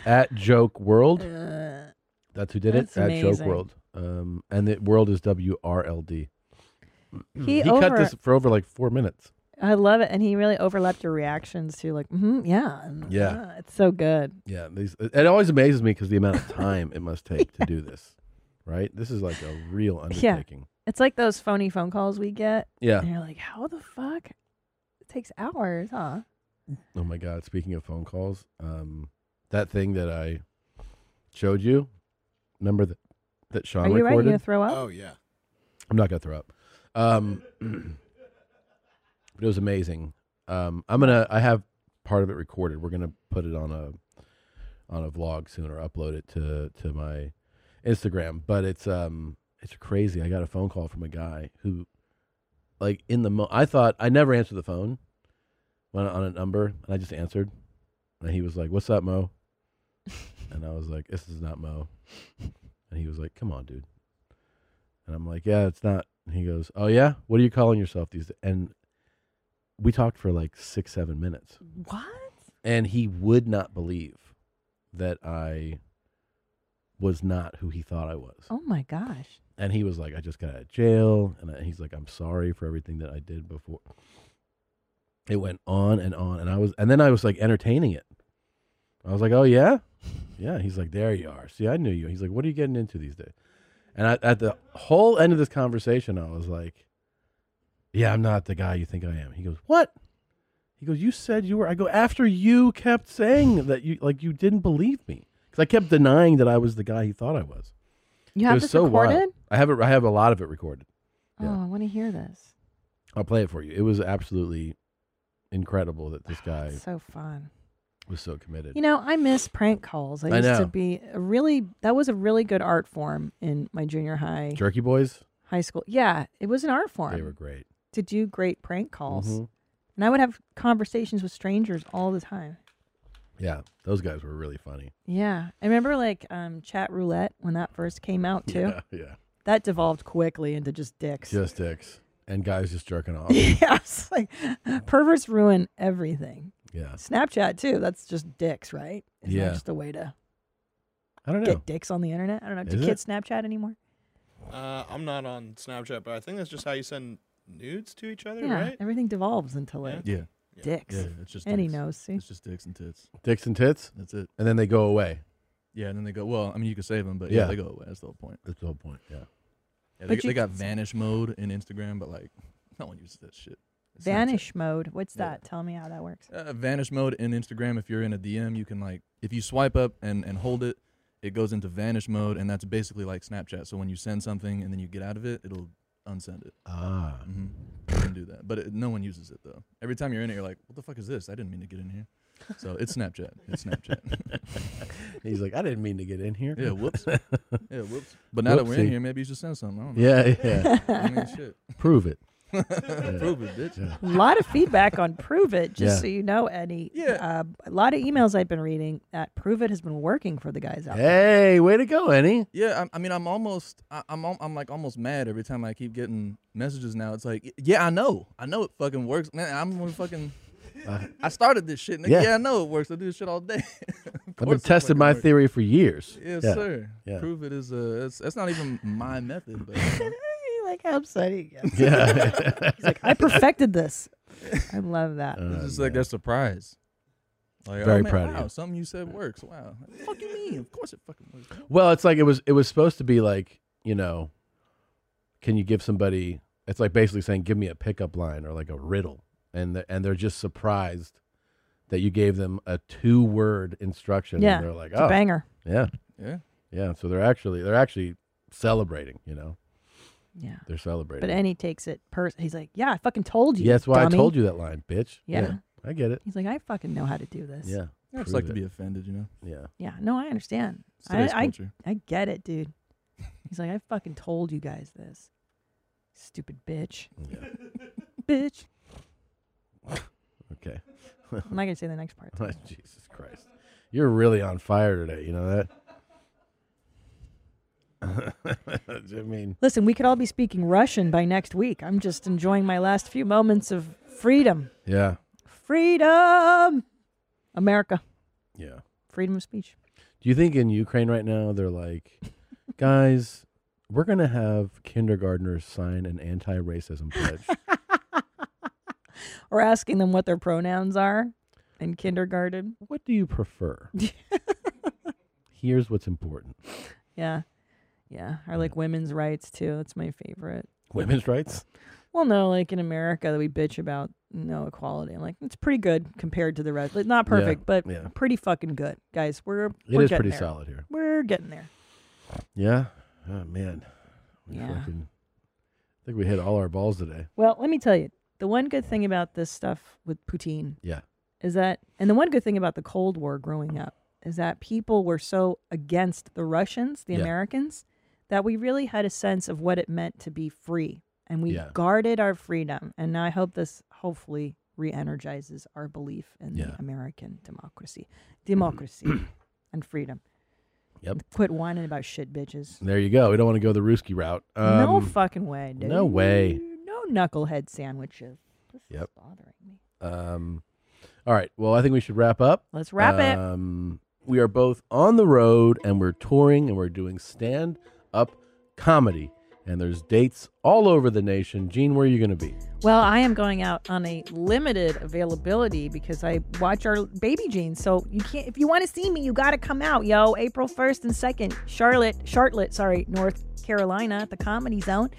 Speaker 1: at Joke World. That's who did
Speaker 2: Uh, That's
Speaker 1: it. At
Speaker 2: amazing.
Speaker 1: Joke World. Um, and the world is W R L D.
Speaker 2: He
Speaker 1: cut
Speaker 2: over-
Speaker 1: this for over like four minutes.
Speaker 2: I love it, and he really overlapped your reactions to like, mm-hmm, yeah, and,
Speaker 1: Yeah.
Speaker 2: uh, it's so good.
Speaker 1: Yeah, these, it always amazes me because the amount of time it must take to do this. Right? This is like a real
Speaker 2: Yeah,
Speaker 1: undertaking.
Speaker 2: it's like those phony phone calls we get.
Speaker 1: Yeah.
Speaker 2: and you're like, how the fuck? It takes hours, huh?
Speaker 1: Oh my God! Speaking of phone calls, um, that thing that I showed you, remember that that Sean
Speaker 2: Are you right? You
Speaker 1: recorded?
Speaker 2: gonna throw up? Oh,
Speaker 6: yeah.
Speaker 1: I'm not gonna throw up. Um, but it was amazing. Um, I'm gonna. I have part of it recorded. We're gonna put it on a on a vlog soon or upload it to to my Instagram. But it's um it's crazy. I got a phone call from a guy who like in the mo- I thought I never answered the phone went on a number and I just answered and he was like, "What's up, Mo?" and I was like, "This is not Mo." And he was like, "Come on, dude." And I'm like, "Yeah, it's not." And he goes, "Oh yeah, what are you calling yourself these?" days?" And we talked for like six, seven minutes.
Speaker 2: What?
Speaker 1: And he would not believe that I was not who he thought I was.
Speaker 2: Oh my gosh.
Speaker 1: And he was like, I just got out of jail. And I, he's like, I'm sorry for everything that I did before. It went on and on. And I was, and then I was like entertaining it. I was like, oh, yeah? Yeah. He's like, there you are. See, I knew you. He's like, what are you getting into these days? And I, at the whole end of this conversation, I was like, yeah, I'm not the guy you think I am. He goes, what? He goes, you said you were. I go, after you kept saying that you, like, you didn't believe me. Because I kept denying that I was the guy he thought I was.
Speaker 2: You
Speaker 1: it
Speaker 2: have
Speaker 1: was
Speaker 2: this
Speaker 1: so wild.
Speaker 2: recorded?
Speaker 1: I have it. I have a lot of it recorded.
Speaker 2: Oh, I want to hear this.
Speaker 1: I'll play it for you. It was absolutely incredible that this guy
Speaker 2: It's so fun.
Speaker 1: was so committed.
Speaker 2: You know, I miss prank calls. I,
Speaker 1: I
Speaker 2: used to
Speaker 1: know.
Speaker 2: be a really that was a really good art form in my junior high
Speaker 1: Jerky Boys.
Speaker 2: high school. Yeah, it was an art form.
Speaker 1: They were great.
Speaker 2: To do great prank calls.
Speaker 1: Mhm.
Speaker 2: And I would have conversations with strangers all the time.
Speaker 1: Yeah, those guys were really funny.
Speaker 2: Yeah. I remember like um chat roulette when that first came out too.
Speaker 1: Yeah, yeah.
Speaker 2: That devolved quickly into just dicks.
Speaker 1: Just dicks and guys just jerking off.
Speaker 2: yeah, it's like perverts ruin everything.
Speaker 1: Yeah.
Speaker 2: Snapchat too. That's just dicks, right? Isn't
Speaker 1: Yeah.
Speaker 2: That just a way to
Speaker 1: I don't know.
Speaker 2: get dicks on the internet. I don't know. Do
Speaker 6: Is it?
Speaker 2: kids Snapchat anymore?
Speaker 6: Uh, I'm not on Snapchat, but I think that's just how you send nudes to each other,
Speaker 2: yeah.
Speaker 6: right?
Speaker 2: Everything devolves into like
Speaker 1: Yeah.
Speaker 2: dicks.
Speaker 8: Yeah, it's just
Speaker 2: and he
Speaker 8: dicks.
Speaker 2: knows. See,
Speaker 8: It's just dicks and tits.
Speaker 1: Dicks and tits.
Speaker 8: That's it.
Speaker 1: And then they go away.
Speaker 8: Yeah, and then they go. Well, I mean, you can save them, but yeah,
Speaker 1: Yeah.
Speaker 8: they go away. That's the whole point.
Speaker 1: That's the whole point. Yeah.
Speaker 8: yeah
Speaker 2: But
Speaker 8: they,
Speaker 2: you
Speaker 8: they got
Speaker 2: can-
Speaker 8: vanish mode in Instagram, but like, no one uses that shit. It's not-
Speaker 2: vanish mode. What's that? Tell me how that works.
Speaker 8: uh, vanish mode in Instagram. If you're in a DM, you can like if you swipe up and and hold it, it goes into vanish mode, and that's basically like Snapchat. So when you send something and then you get out of it, it'll unsend it.
Speaker 1: Ah,
Speaker 8: hmm you can do that, but it, no one uses it though. Every time you're in it, you're like, what the fuck is this? I didn't mean to get in here. So it's Snapchat. It's Snapchat.
Speaker 1: He's like, I didn't mean to get in here.
Speaker 8: Yeah, whoops. Yeah, whoops. But now that we're in
Speaker 1: Whoopsie.
Speaker 8: here, maybe you should send something. I don't know.
Speaker 1: Yeah, yeah.
Speaker 8: I mean, shit.
Speaker 1: Prove it.
Speaker 8: Prove it, bitch.
Speaker 1: Yeah.
Speaker 2: A lot of feedback on Prove It, just
Speaker 1: Yeah.
Speaker 2: so you know, Eddie. Yeah. Uh, a lot of emails I've been reading that Prove It has been working for the guys out there.
Speaker 1: Hey, way to go, Annie.
Speaker 8: Yeah, I, I mean, I'm almost, I, I'm, al- I'm like almost mad every time I keep getting messages now. It's like, yeah, I know, I know it fucking works, man. I'm the one fucking, I started this shit, nigga. Yeah.
Speaker 1: Yeah.
Speaker 8: I know it works. I do this shit all day.
Speaker 1: I've been testing my theory for years.
Speaker 8: yes,
Speaker 1: Yeah.
Speaker 8: sir.
Speaker 1: Yeah.
Speaker 8: Prove it is a. That's, that's not even my method, but you know,
Speaker 2: like how upset he gets.
Speaker 8: Yeah.
Speaker 2: He's like, I perfected this. I love that.
Speaker 8: it's
Speaker 1: Uh,
Speaker 8: just like their surprise. Like,
Speaker 1: Oh, Very
Speaker 8: oh, man,
Speaker 1: proud of
Speaker 8: wow,
Speaker 1: you.
Speaker 8: Something you said works. Wow. What the fuck you mean? Of course it fucking works.
Speaker 1: Well, it's like it was it was supposed to be like, you know, can you give somebody it's like basically saying give me a pickup line or like a riddle and the, and they're just surprised that you gave them a two word instruction
Speaker 2: Yeah,
Speaker 1: and they're like,
Speaker 2: it's a
Speaker 1: "Oh,
Speaker 2: banger."
Speaker 1: Yeah.
Speaker 8: Yeah.
Speaker 1: Yeah, so they're actually they're actually celebrating, you know.
Speaker 2: Yeah.
Speaker 1: They're celebrating.
Speaker 2: But Annie takes it person. He's like, yeah, I fucking told you.
Speaker 1: yeah, that's why
Speaker 2: dummy."
Speaker 1: I told you that line, bitch.
Speaker 2: Yeah.
Speaker 1: I get it.
Speaker 2: He's like, I fucking know how to do this.
Speaker 1: Yeah.
Speaker 8: I just
Speaker 1: prove
Speaker 8: like to
Speaker 1: it.
Speaker 8: be offended, you know.
Speaker 1: Yeah.
Speaker 2: Yeah. No, I understand.
Speaker 8: It's
Speaker 2: I,
Speaker 8: today's
Speaker 2: I,
Speaker 8: culture.
Speaker 2: I get it, dude. He's like, I fucking told you guys this. Stupid bitch. bitch.
Speaker 1: Okay. Oh,
Speaker 2: I'm not going to say the next part.
Speaker 1: Jesus Christ. You're really on fire today, you know that? I mean,
Speaker 2: Listen, we could all be speaking Russian by next week. I'm just enjoying my last few moments of freedom.
Speaker 1: yeah.
Speaker 2: Freedom! America.
Speaker 1: Yeah.
Speaker 2: Freedom of speech.
Speaker 1: Do you think in Ukraine right now they're like, guys, we're going to have kindergartners sign an anti racism pledge?
Speaker 2: Or asking them what their pronouns are in kindergarten.
Speaker 1: What do you prefer? Here's what's important
Speaker 2: Yeah. Yeah. Or like women's rights, too. That's my favorite.
Speaker 1: women's rights.
Speaker 2: Well, no, like in America, we bitch about no equality. I'm like, it's pretty good compared to the rest. Like, not
Speaker 1: Yeah,
Speaker 2: perfect, but
Speaker 1: yeah.
Speaker 2: pretty fucking good, guys. We're
Speaker 1: It
Speaker 2: we're
Speaker 1: is
Speaker 2: getting
Speaker 1: pretty
Speaker 2: there.
Speaker 1: solid here.
Speaker 2: We're getting there.
Speaker 1: Yeah. Oh, man. We
Speaker 2: Yeah.
Speaker 1: fucking- I think we hit all our balls today.
Speaker 2: Well, let me tell you, the one good thing about this stuff with poutine,
Speaker 1: Yeah.
Speaker 2: is that, and the one good thing about the Cold War growing up is that people were so against the Russians, the
Speaker 13: Yeah.
Speaker 2: Americans, that we really had a sense of what it meant to be free, and we
Speaker 13: Yeah.
Speaker 2: guarded our freedom. And now I hope this hopefully re-energizes our belief in
Speaker 1: Yeah.
Speaker 2: the American democracy, democracy, and freedom.
Speaker 1: Yep.
Speaker 2: Quit whining about shit, bitches.
Speaker 1: There you go. We don't want to go the Ruski route.
Speaker 2: no
Speaker 1: Um,
Speaker 2: fucking way, dude.
Speaker 1: No way.
Speaker 2: No knucklehead sandwiches.
Speaker 1: Yep. bothering me. Um, all right. Well, I think we should wrap up.
Speaker 2: Let's wrap it.
Speaker 1: um, it. We are both on the road and we're touring and we're doing stand up comedy. And there's dates all over the nation. Gene, where are you going to be?
Speaker 2: Well, I am going out on a limited availability because I watch our baby jeans. So you can't if you want to see me, you gotta come out, yo. April first and second, Charlotte, Charlotte, sorry, North Carolina at the comedy zone.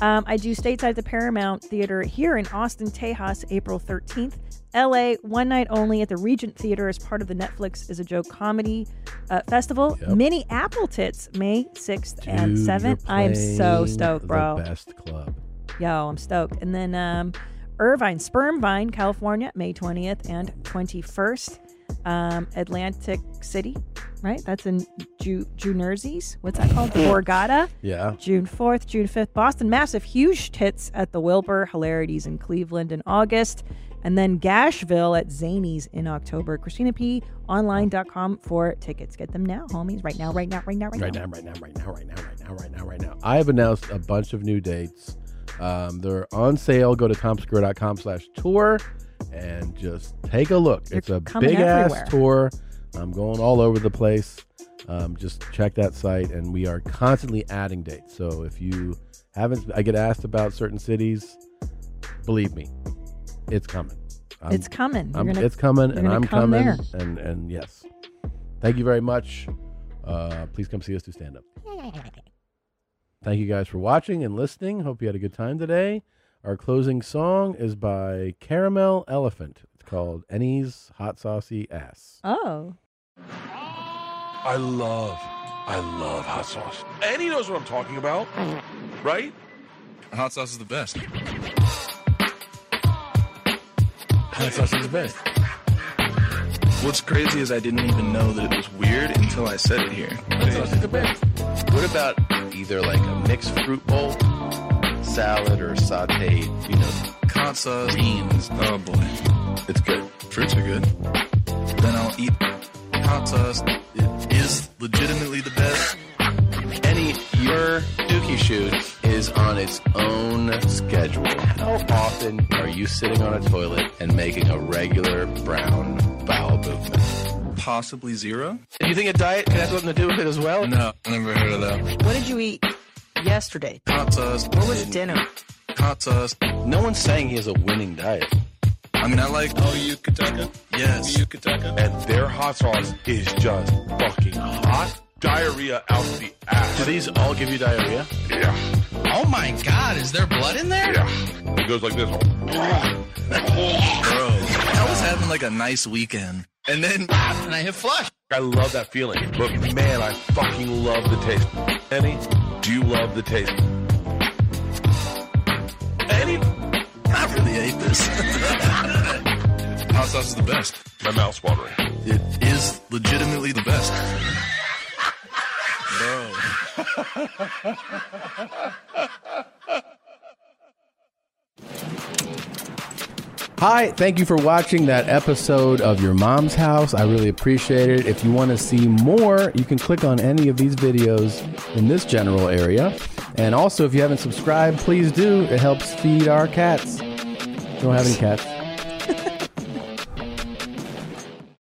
Speaker 2: Um, I do stateside at the Paramount Theater here in Austin, Tejas, April 13th. LA, one night only at the Regent Theater as part of the Netflix is a Joke comedy uh, festival.
Speaker 1: Yep.
Speaker 2: Mini Apple Tits, May 6th and
Speaker 1: Dude, you're
Speaker 2: 7th. I am so
Speaker 1: playing
Speaker 2: stoked, bro.
Speaker 1: The best club.
Speaker 2: Yo, I'm stoked. And then um, Irvine, Sperm Vine, California, May 20th and 21st. Um, Atlantic City, right? That's in Ju- Jersey's. What's that called? The Borgata.
Speaker 1: Yeah.
Speaker 2: June 4th, June 5th. Boston, massive, huge tits at the Wilbur. Hilarities in Cleveland in August. And then Gashville at Zanies in October. Christina P. Online.com for tickets. Get them now, homies. Right now, right now, right now, right,
Speaker 1: Right now, right now, right now, right now, right now, right now, right now. I have announced a bunch of new dates. Um, they're on sale. Go to comscrew.com slash tour. and just take a look. it's a
Speaker 16: coming
Speaker 1: big
Speaker 16: everywhere.
Speaker 1: ass tour. I'm going all over the place. Um, just check that site, and we are constantly adding dates. So if you haven't, I get asked about certain cities. Believe me, it's coming.
Speaker 16: It's coming. You're
Speaker 1: I'm-
Speaker 16: gonna-
Speaker 1: it's coming,
Speaker 16: you're
Speaker 1: and
Speaker 16: gonna
Speaker 1: I'm
Speaker 16: come
Speaker 1: coming.
Speaker 16: there.
Speaker 1: And and yes, thank you very much. Uh, please come see us do stand up. Thank you guys for watching and listening. Hope you had a good time today. Our closing song is by Caramel Elephant. It's called Ennie's Hot Saucy Ass.
Speaker 16: Oh.
Speaker 5: I love, I love hot sauce. And he knows what I'm talking about, right? Hot sauce is the best. Hot sauce is the best.
Speaker 8: What's crazy is I didn't even know that it was weird until I said it here.
Speaker 17: What about either like a mixed fruit bowl, salad, or sauteed, you know,
Speaker 8: Consa, beans, oh boy. It's good. Fruits are good. Then I'll eat hot sauce. It is legitimately the best.
Speaker 17: Any your dookie shoot is on its own schedule. How often are you sitting on a toilet and making a regular brown bowel movement?
Speaker 8: Possibly zero.
Speaker 17: Do you think a diet has something to do with it as well?
Speaker 8: No, never heard of that.
Speaker 2: What did you eat yesterday?
Speaker 8: Hot sauce.
Speaker 2: What was dinner?
Speaker 8: Hot sauce.
Speaker 17: No one's saying he has a winning diet.
Speaker 8: I mean, I like.
Speaker 17: Oh, Yucateca?
Speaker 8: Yes.
Speaker 17: Yucateca?
Speaker 5: And their hot sauce is just fucking hot. Diarrhea out the ass. Do
Speaker 17: these all give you diarrhea?
Speaker 5: Yeah.
Speaker 17: Oh my god, is there blood in there?
Speaker 5: Yeah. It goes like this.
Speaker 8: Bro, I was having like a nice weekend. And then, and I hit flush.
Speaker 5: I love that feeling. But man, I fucking love the taste. Annie, do you love the taste? Annie,
Speaker 8: I really ate this. Hot sauce is the best.
Speaker 5: My mouth's watering.
Speaker 8: It is legitimately the best. Bro.
Speaker 1: Hi, thank you for watching that episode of Your Mom's House. I really appreciate it. If you want to see more, you can click on any of these videos in this general area. And also, if you haven't subscribed, please do. It helps feed our cats. Don't have any cats.